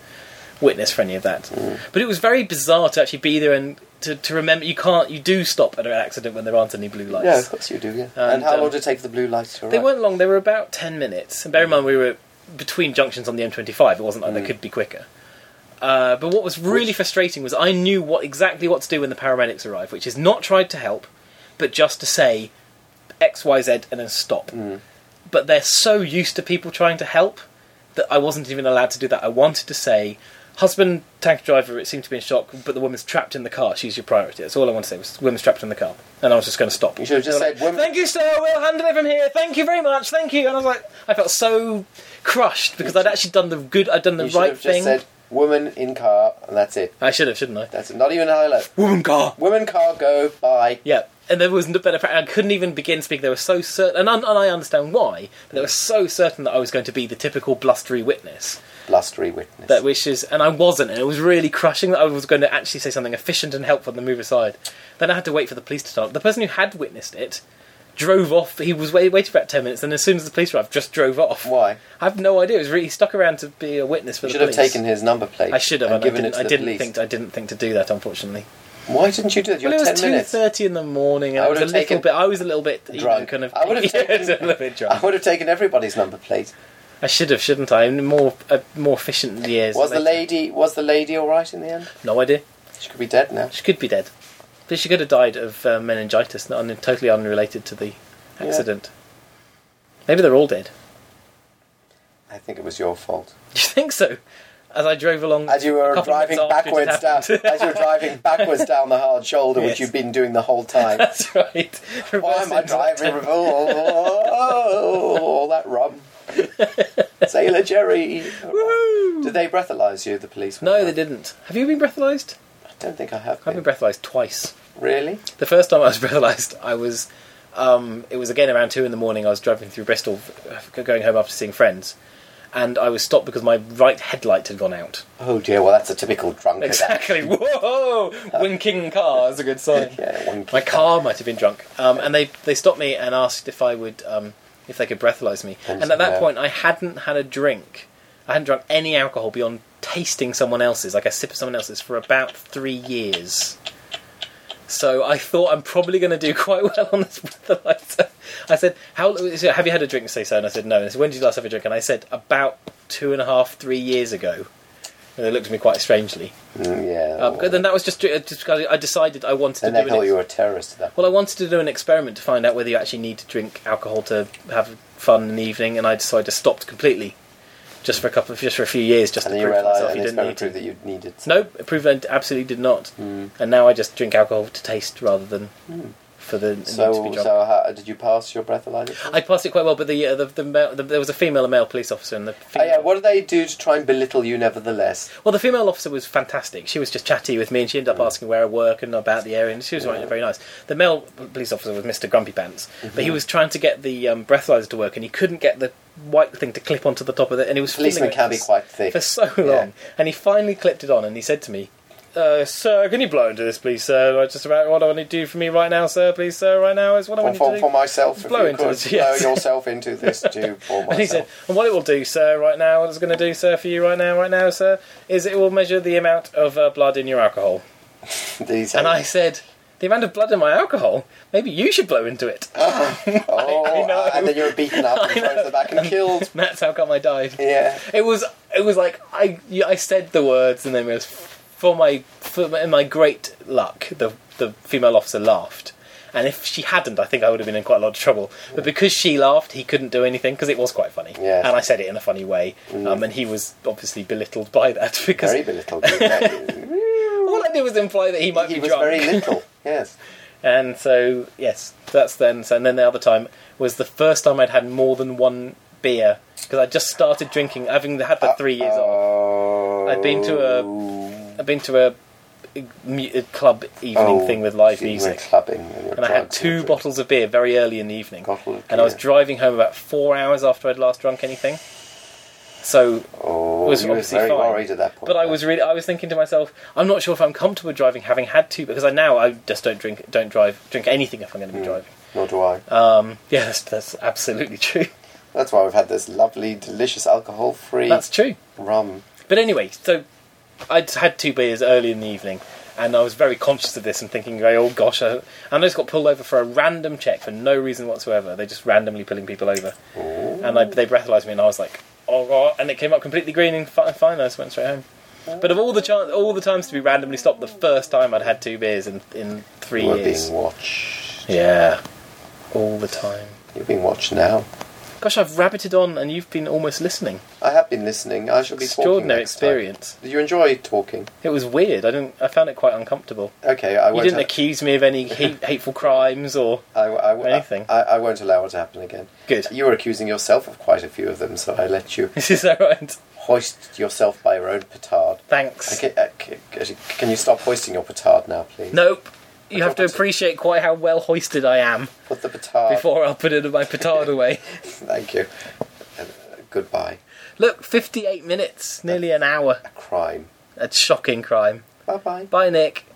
A: witness for any of that.
B: Hmm.
A: But it was very bizarre to actually be there and to, to remember. You can't. You do stop at an accident when there aren't any blue lights.
B: Yeah, of course you do. Yeah. And,
A: And,
B: how
A: um,
B: long did it take for the blue light to arrive?
A: They weren't long. They were about ten minutes. And bear
B: Mm.
A: in mind, we were between junctions on the M25. It wasn't like they could be quicker. Uh, but what was really frustrating was I knew what exactly what to do when the paramedics arrived, which is not tried to help, but just to say X, Y, Z, and then stop.
B: Mm.
A: But they're so used to people trying to help that I wasn't even allowed to do that. I wanted to say, husband, tank driver, it seemed to be in shock, but the woman's trapped in the car. She's your priority. That's all I want to say was, woman's trapped in the car. And I was just going to stop.
B: You should have just said, women.
A: Thank you, sir. We'll handle it from here. Thank you very much. Thank you. And I was like, I felt so crushed because I'd actually done the good, I'd done the
B: you should
A: right
B: have just
A: thing.
B: said, woman in car, and that's it.
A: I should have, shouldn't I?
B: That's it. Not even a highlight.
A: Woman car.
B: Women car, go, bye.
A: Yeah, and there wasn't a better. pra- I couldn't even begin to speak. They were so certain, and, un- and I understand why. But they were so certain that I was going to be the typical blustery witness
B: Blustery witness.
A: that wishes, and I wasn't. And it was really crushing that I was going to actually say something efficient and helpful and then move aside. Then I had to wait for the police to turn up. The person who had witnessed it drove off. He was wait, waited for about ten minutes, and as soon as the police arrived, just drove off.
B: Why?
A: I have no idea. It was really he stuck around to be a witness for
B: You
A: the
B: should have
A: police.
B: taken his number plate.
A: I should have.
B: And
A: And I
B: given
A: didn't,
B: it to
A: I
B: the
A: didn't
B: police.
A: think. I didn't think to do that. Unfortunately.
B: Why didn't you do that? You're
A: Well, it was
B: 10
A: two
B: minutes.
A: thirty in the morning, and
B: I
A: I
B: would
A: was a
B: have
A: little
B: taken-
A: bit. I was a little bit you know,
B: Drunk.
A: kind of.
B: I
A: <laughs>
B: would have
A: Yeah,
B: taken-
A: I was a little bit
B: I <laughs>
A: drunk.
B: would have taken everybody's number plate.
A: I should have, shouldn't I? In More, uh, more efficient years.
B: Was the
A: later.
B: lady was the lady all right in the end?
A: No idea.
B: She could be dead now.
A: She could be dead, but she could have died of uh, meningitis, not un- totally unrelated to the
B: Yeah.
A: <laughs> accident. Maybe they're all dead.
B: I think it was your fault.
A: You think so? As I drove along,
B: As you
A: a
B: were
A: couple of
B: driving
A: minutes after it
B: backwards down,
A: happened. <laughs>
B: as you were driving backwards down the hard shoulder,
A: Yes.
B: which you've been doing the
A: <laughs>
B: whole time.
A: That's right.
B: Why am I driving? Oh, oh, oh, oh, all that
A: <laughs>
B: rum. Sailor Jerry.
A: Woo!
B: Did they breathalyze you, the police?
A: <laughs> No, they didn't. Have you been breathalyzed?
B: I don't think I have.
A: I've been
B: Been.
A: breathalyzed twice.
B: Really?
A: The first time I was <laughs> breathalyzed, I was. Um, it was again around two in the morning. I was driving through Bristol, f- going home after seeing friends, and I was stopped because my right headlight had gone out.
B: Oh dear. Well, that's a typical drunk. event.
A: <laughs> Exactly. Whoa! Winking car is a good <laughs> sign.
B: Yeah. One
A: My car might have been drunk, um, and they, they stopped me and asked if I would um, if they could breathalyze me.
B: And
A: And
B: you
A: at
B: said
A: that
B: no.
A: point, I hadn't had a drink. I hadn't drunk any alcohol beyond tasting someone else's, like a sip of someone else's, for about three years. So I thought I'm probably going to do <laughs> quite well on this breathalyzer. I said, "How he said, have you had a drink?" Say so, and I said, "No." And they said, "When did you last have a drink?" And I said, "About two and a half, three years ago." And they looked at me quite strangely.
B: Mm, yeah.
A: Um,
B: well,
A: Then that was just, just because I decided I wanted
B: then
A: to
B: they
A: do
B: thought
A: it.
B: you were a terrorist at that point.
A: Well, I wanted to do an experiment to find out whether you actually need to drink alcohol to have fun in the evening, and I decided to stop completely, just for a couple, of, just for a few years, just
B: And
A: to
B: then you
A: prove to
B: realised,
A: myself
B: and
A: you
B: it's
A: didn't
B: very
A: need
B: true
A: to.
B: that you Hmm. needed.
A: No, proven absolutely did not. And now I just drink alcohol to taste rather than for the need to be
B: Hmm. So,
A: drunk.
B: so how, did you pass your breathalyzer? test?
A: I passed it quite well, but the, uh, the, the, male, the there was a female and male police officer, and the
B: Oh,
A: female,
B: yeah. What do they do to try and belittle you, nevertheless?
A: well, the female officer was fantastic. She was just chatty with me, and she
B: Mm.
A: ended up asking where I work and about the area, and she was very nice. The male police officer was Mr. Grumpy Pants, but
B: Mm-hmm.
A: he was trying to get the um, breathalyzer to work, and he couldn't get the white thing to clip onto the top of it, and he was
B: Policemen
A: fiddling
B: can
A: with
B: be
A: this
B: quite thick.
A: for so long, and he finally clipped it on, and he said to me. Uh, sir, can you blow into this, please, sir? I just about what I want you to do for me right now, sir. Please, sir, right now is what I
B: For,
A: want you to
B: for,
A: do <laughs>
B: for myself, if
A: Blow
B: you
A: into
B: could
A: this, yes.
B: blow yourself
A: <laughs>
B: into this tube for myself.
A: And he said, and what it will do, sir, right now, what it's going to do, sir, for you right now, right now, sir, is it will measure the amount of uh, blood in your alcohol.
B: These
A: And I said, the amount of blood in my alcohol, maybe you should blow into it.
B: oh,
A: I know.
B: and then you're
A: <laughs>
B: beaten up and thrown to the back and killed.
A: And that's how come I died. <laughs>
B: Yeah.
A: It was, it was like, I, yeah, I said the words and then it was, for my, for my, in my great luck, the, the female officer laughed. And if she hadn't, I think I would have been in quite a lot of trouble. But because she laughed, he couldn't do anything because it was quite funny.
B: Yes. Mm.
A: And I said it in a funny way. Um, and he was obviously belittled by that <laughs> because
B: Very belittled.
A: <laughs>
B: you.
A: All I did was imply that he might
B: he
A: be
B: was
A: drunk.
B: very little. Yes.
A: and so, yes, that's then. So, and then the other time was the first time I'd had more than one beer because I just started drinking, having had
B: Uh,
A: the three years off.
B: Oh.
A: <laughs> I'd been to a I'd been to a, mu- a club evening
B: um, oh,
A: thing with live
B: you went
A: music.
B: clubbing and, you were
A: And I had
B: drunk,
A: two
B: you were-
A: bottles of beer very early in the evening.
B: Bottle of
A: and I was
B: beer.
A: driving home about four hours after I'd last drunk anything. So
B: Oh,
A: was
B: you were
A: obviously
B: very
A: fine.
B: worried at that point.
A: But I was really, I was thinking to myself, I'm not sure if I'm comfortable driving, having had two, because I now I just don't drink, don't drive, drink anything if I'm
B: Hmm.
A: going to be driving.
B: Nor do I.
A: Um, yeah, that's, that's absolutely <laughs> true.
B: That's why we've had this lovely, delicious, alcohol-free
A: That's true.
B: rum.
A: But anyway, so I'd had two beers early in the evening, and I was very conscious of this and thinking, oh gosh, I, and I just got pulled over for a random check for no reason whatsoever. They're just randomly pulling people over, and I, they breathalyzed me, and I was like, oh god, and it came up completely green and fi- fine. I just went straight home. But of all the chan all the times to be randomly stopped, the first time I'd had two beers in in three
B: You were
A: years.
B: being watched.
A: Yeah, all the time.
B: You're being watched now.
A: Gosh, I've rabbited on, and you've been almost listening.
B: I have been listening. I shall be talking
A: Extraordinary
B: next time.
A: experience.
B: Did you enjoy talking?
A: It was weird. I didn't. I found it quite uncomfortable.
B: Okay, I
A: You
B: won't.
A: didn't
B: ha-
A: accuse me of
B: <laughs>
A: any hate, hateful crimes or. <laughs>
B: I, I, I,
A: anything.
B: I, I won't allow it to happen again.
A: Good.
B: You were accusing yourself of quite a few of them, so I let
A: <laughs>
B: you
A: Is that right?
B: hoist yourself by your own petard.
A: Thanks.
B: Okay, uh, c- c- can you stop hoisting your petard now, please?
A: Nope. You have to
B: want to-
A: appreciate quite how well hoisted I am
B: Put the petard.
A: before I'll put it in my
B: <laughs>
A: petard away.
B: Thank you. Uh, goodbye.
A: Look, 58 minutes, nearly an hour.
B: A crime.
A: A shocking crime.
B: Bye bye.
A: Bye, Nick.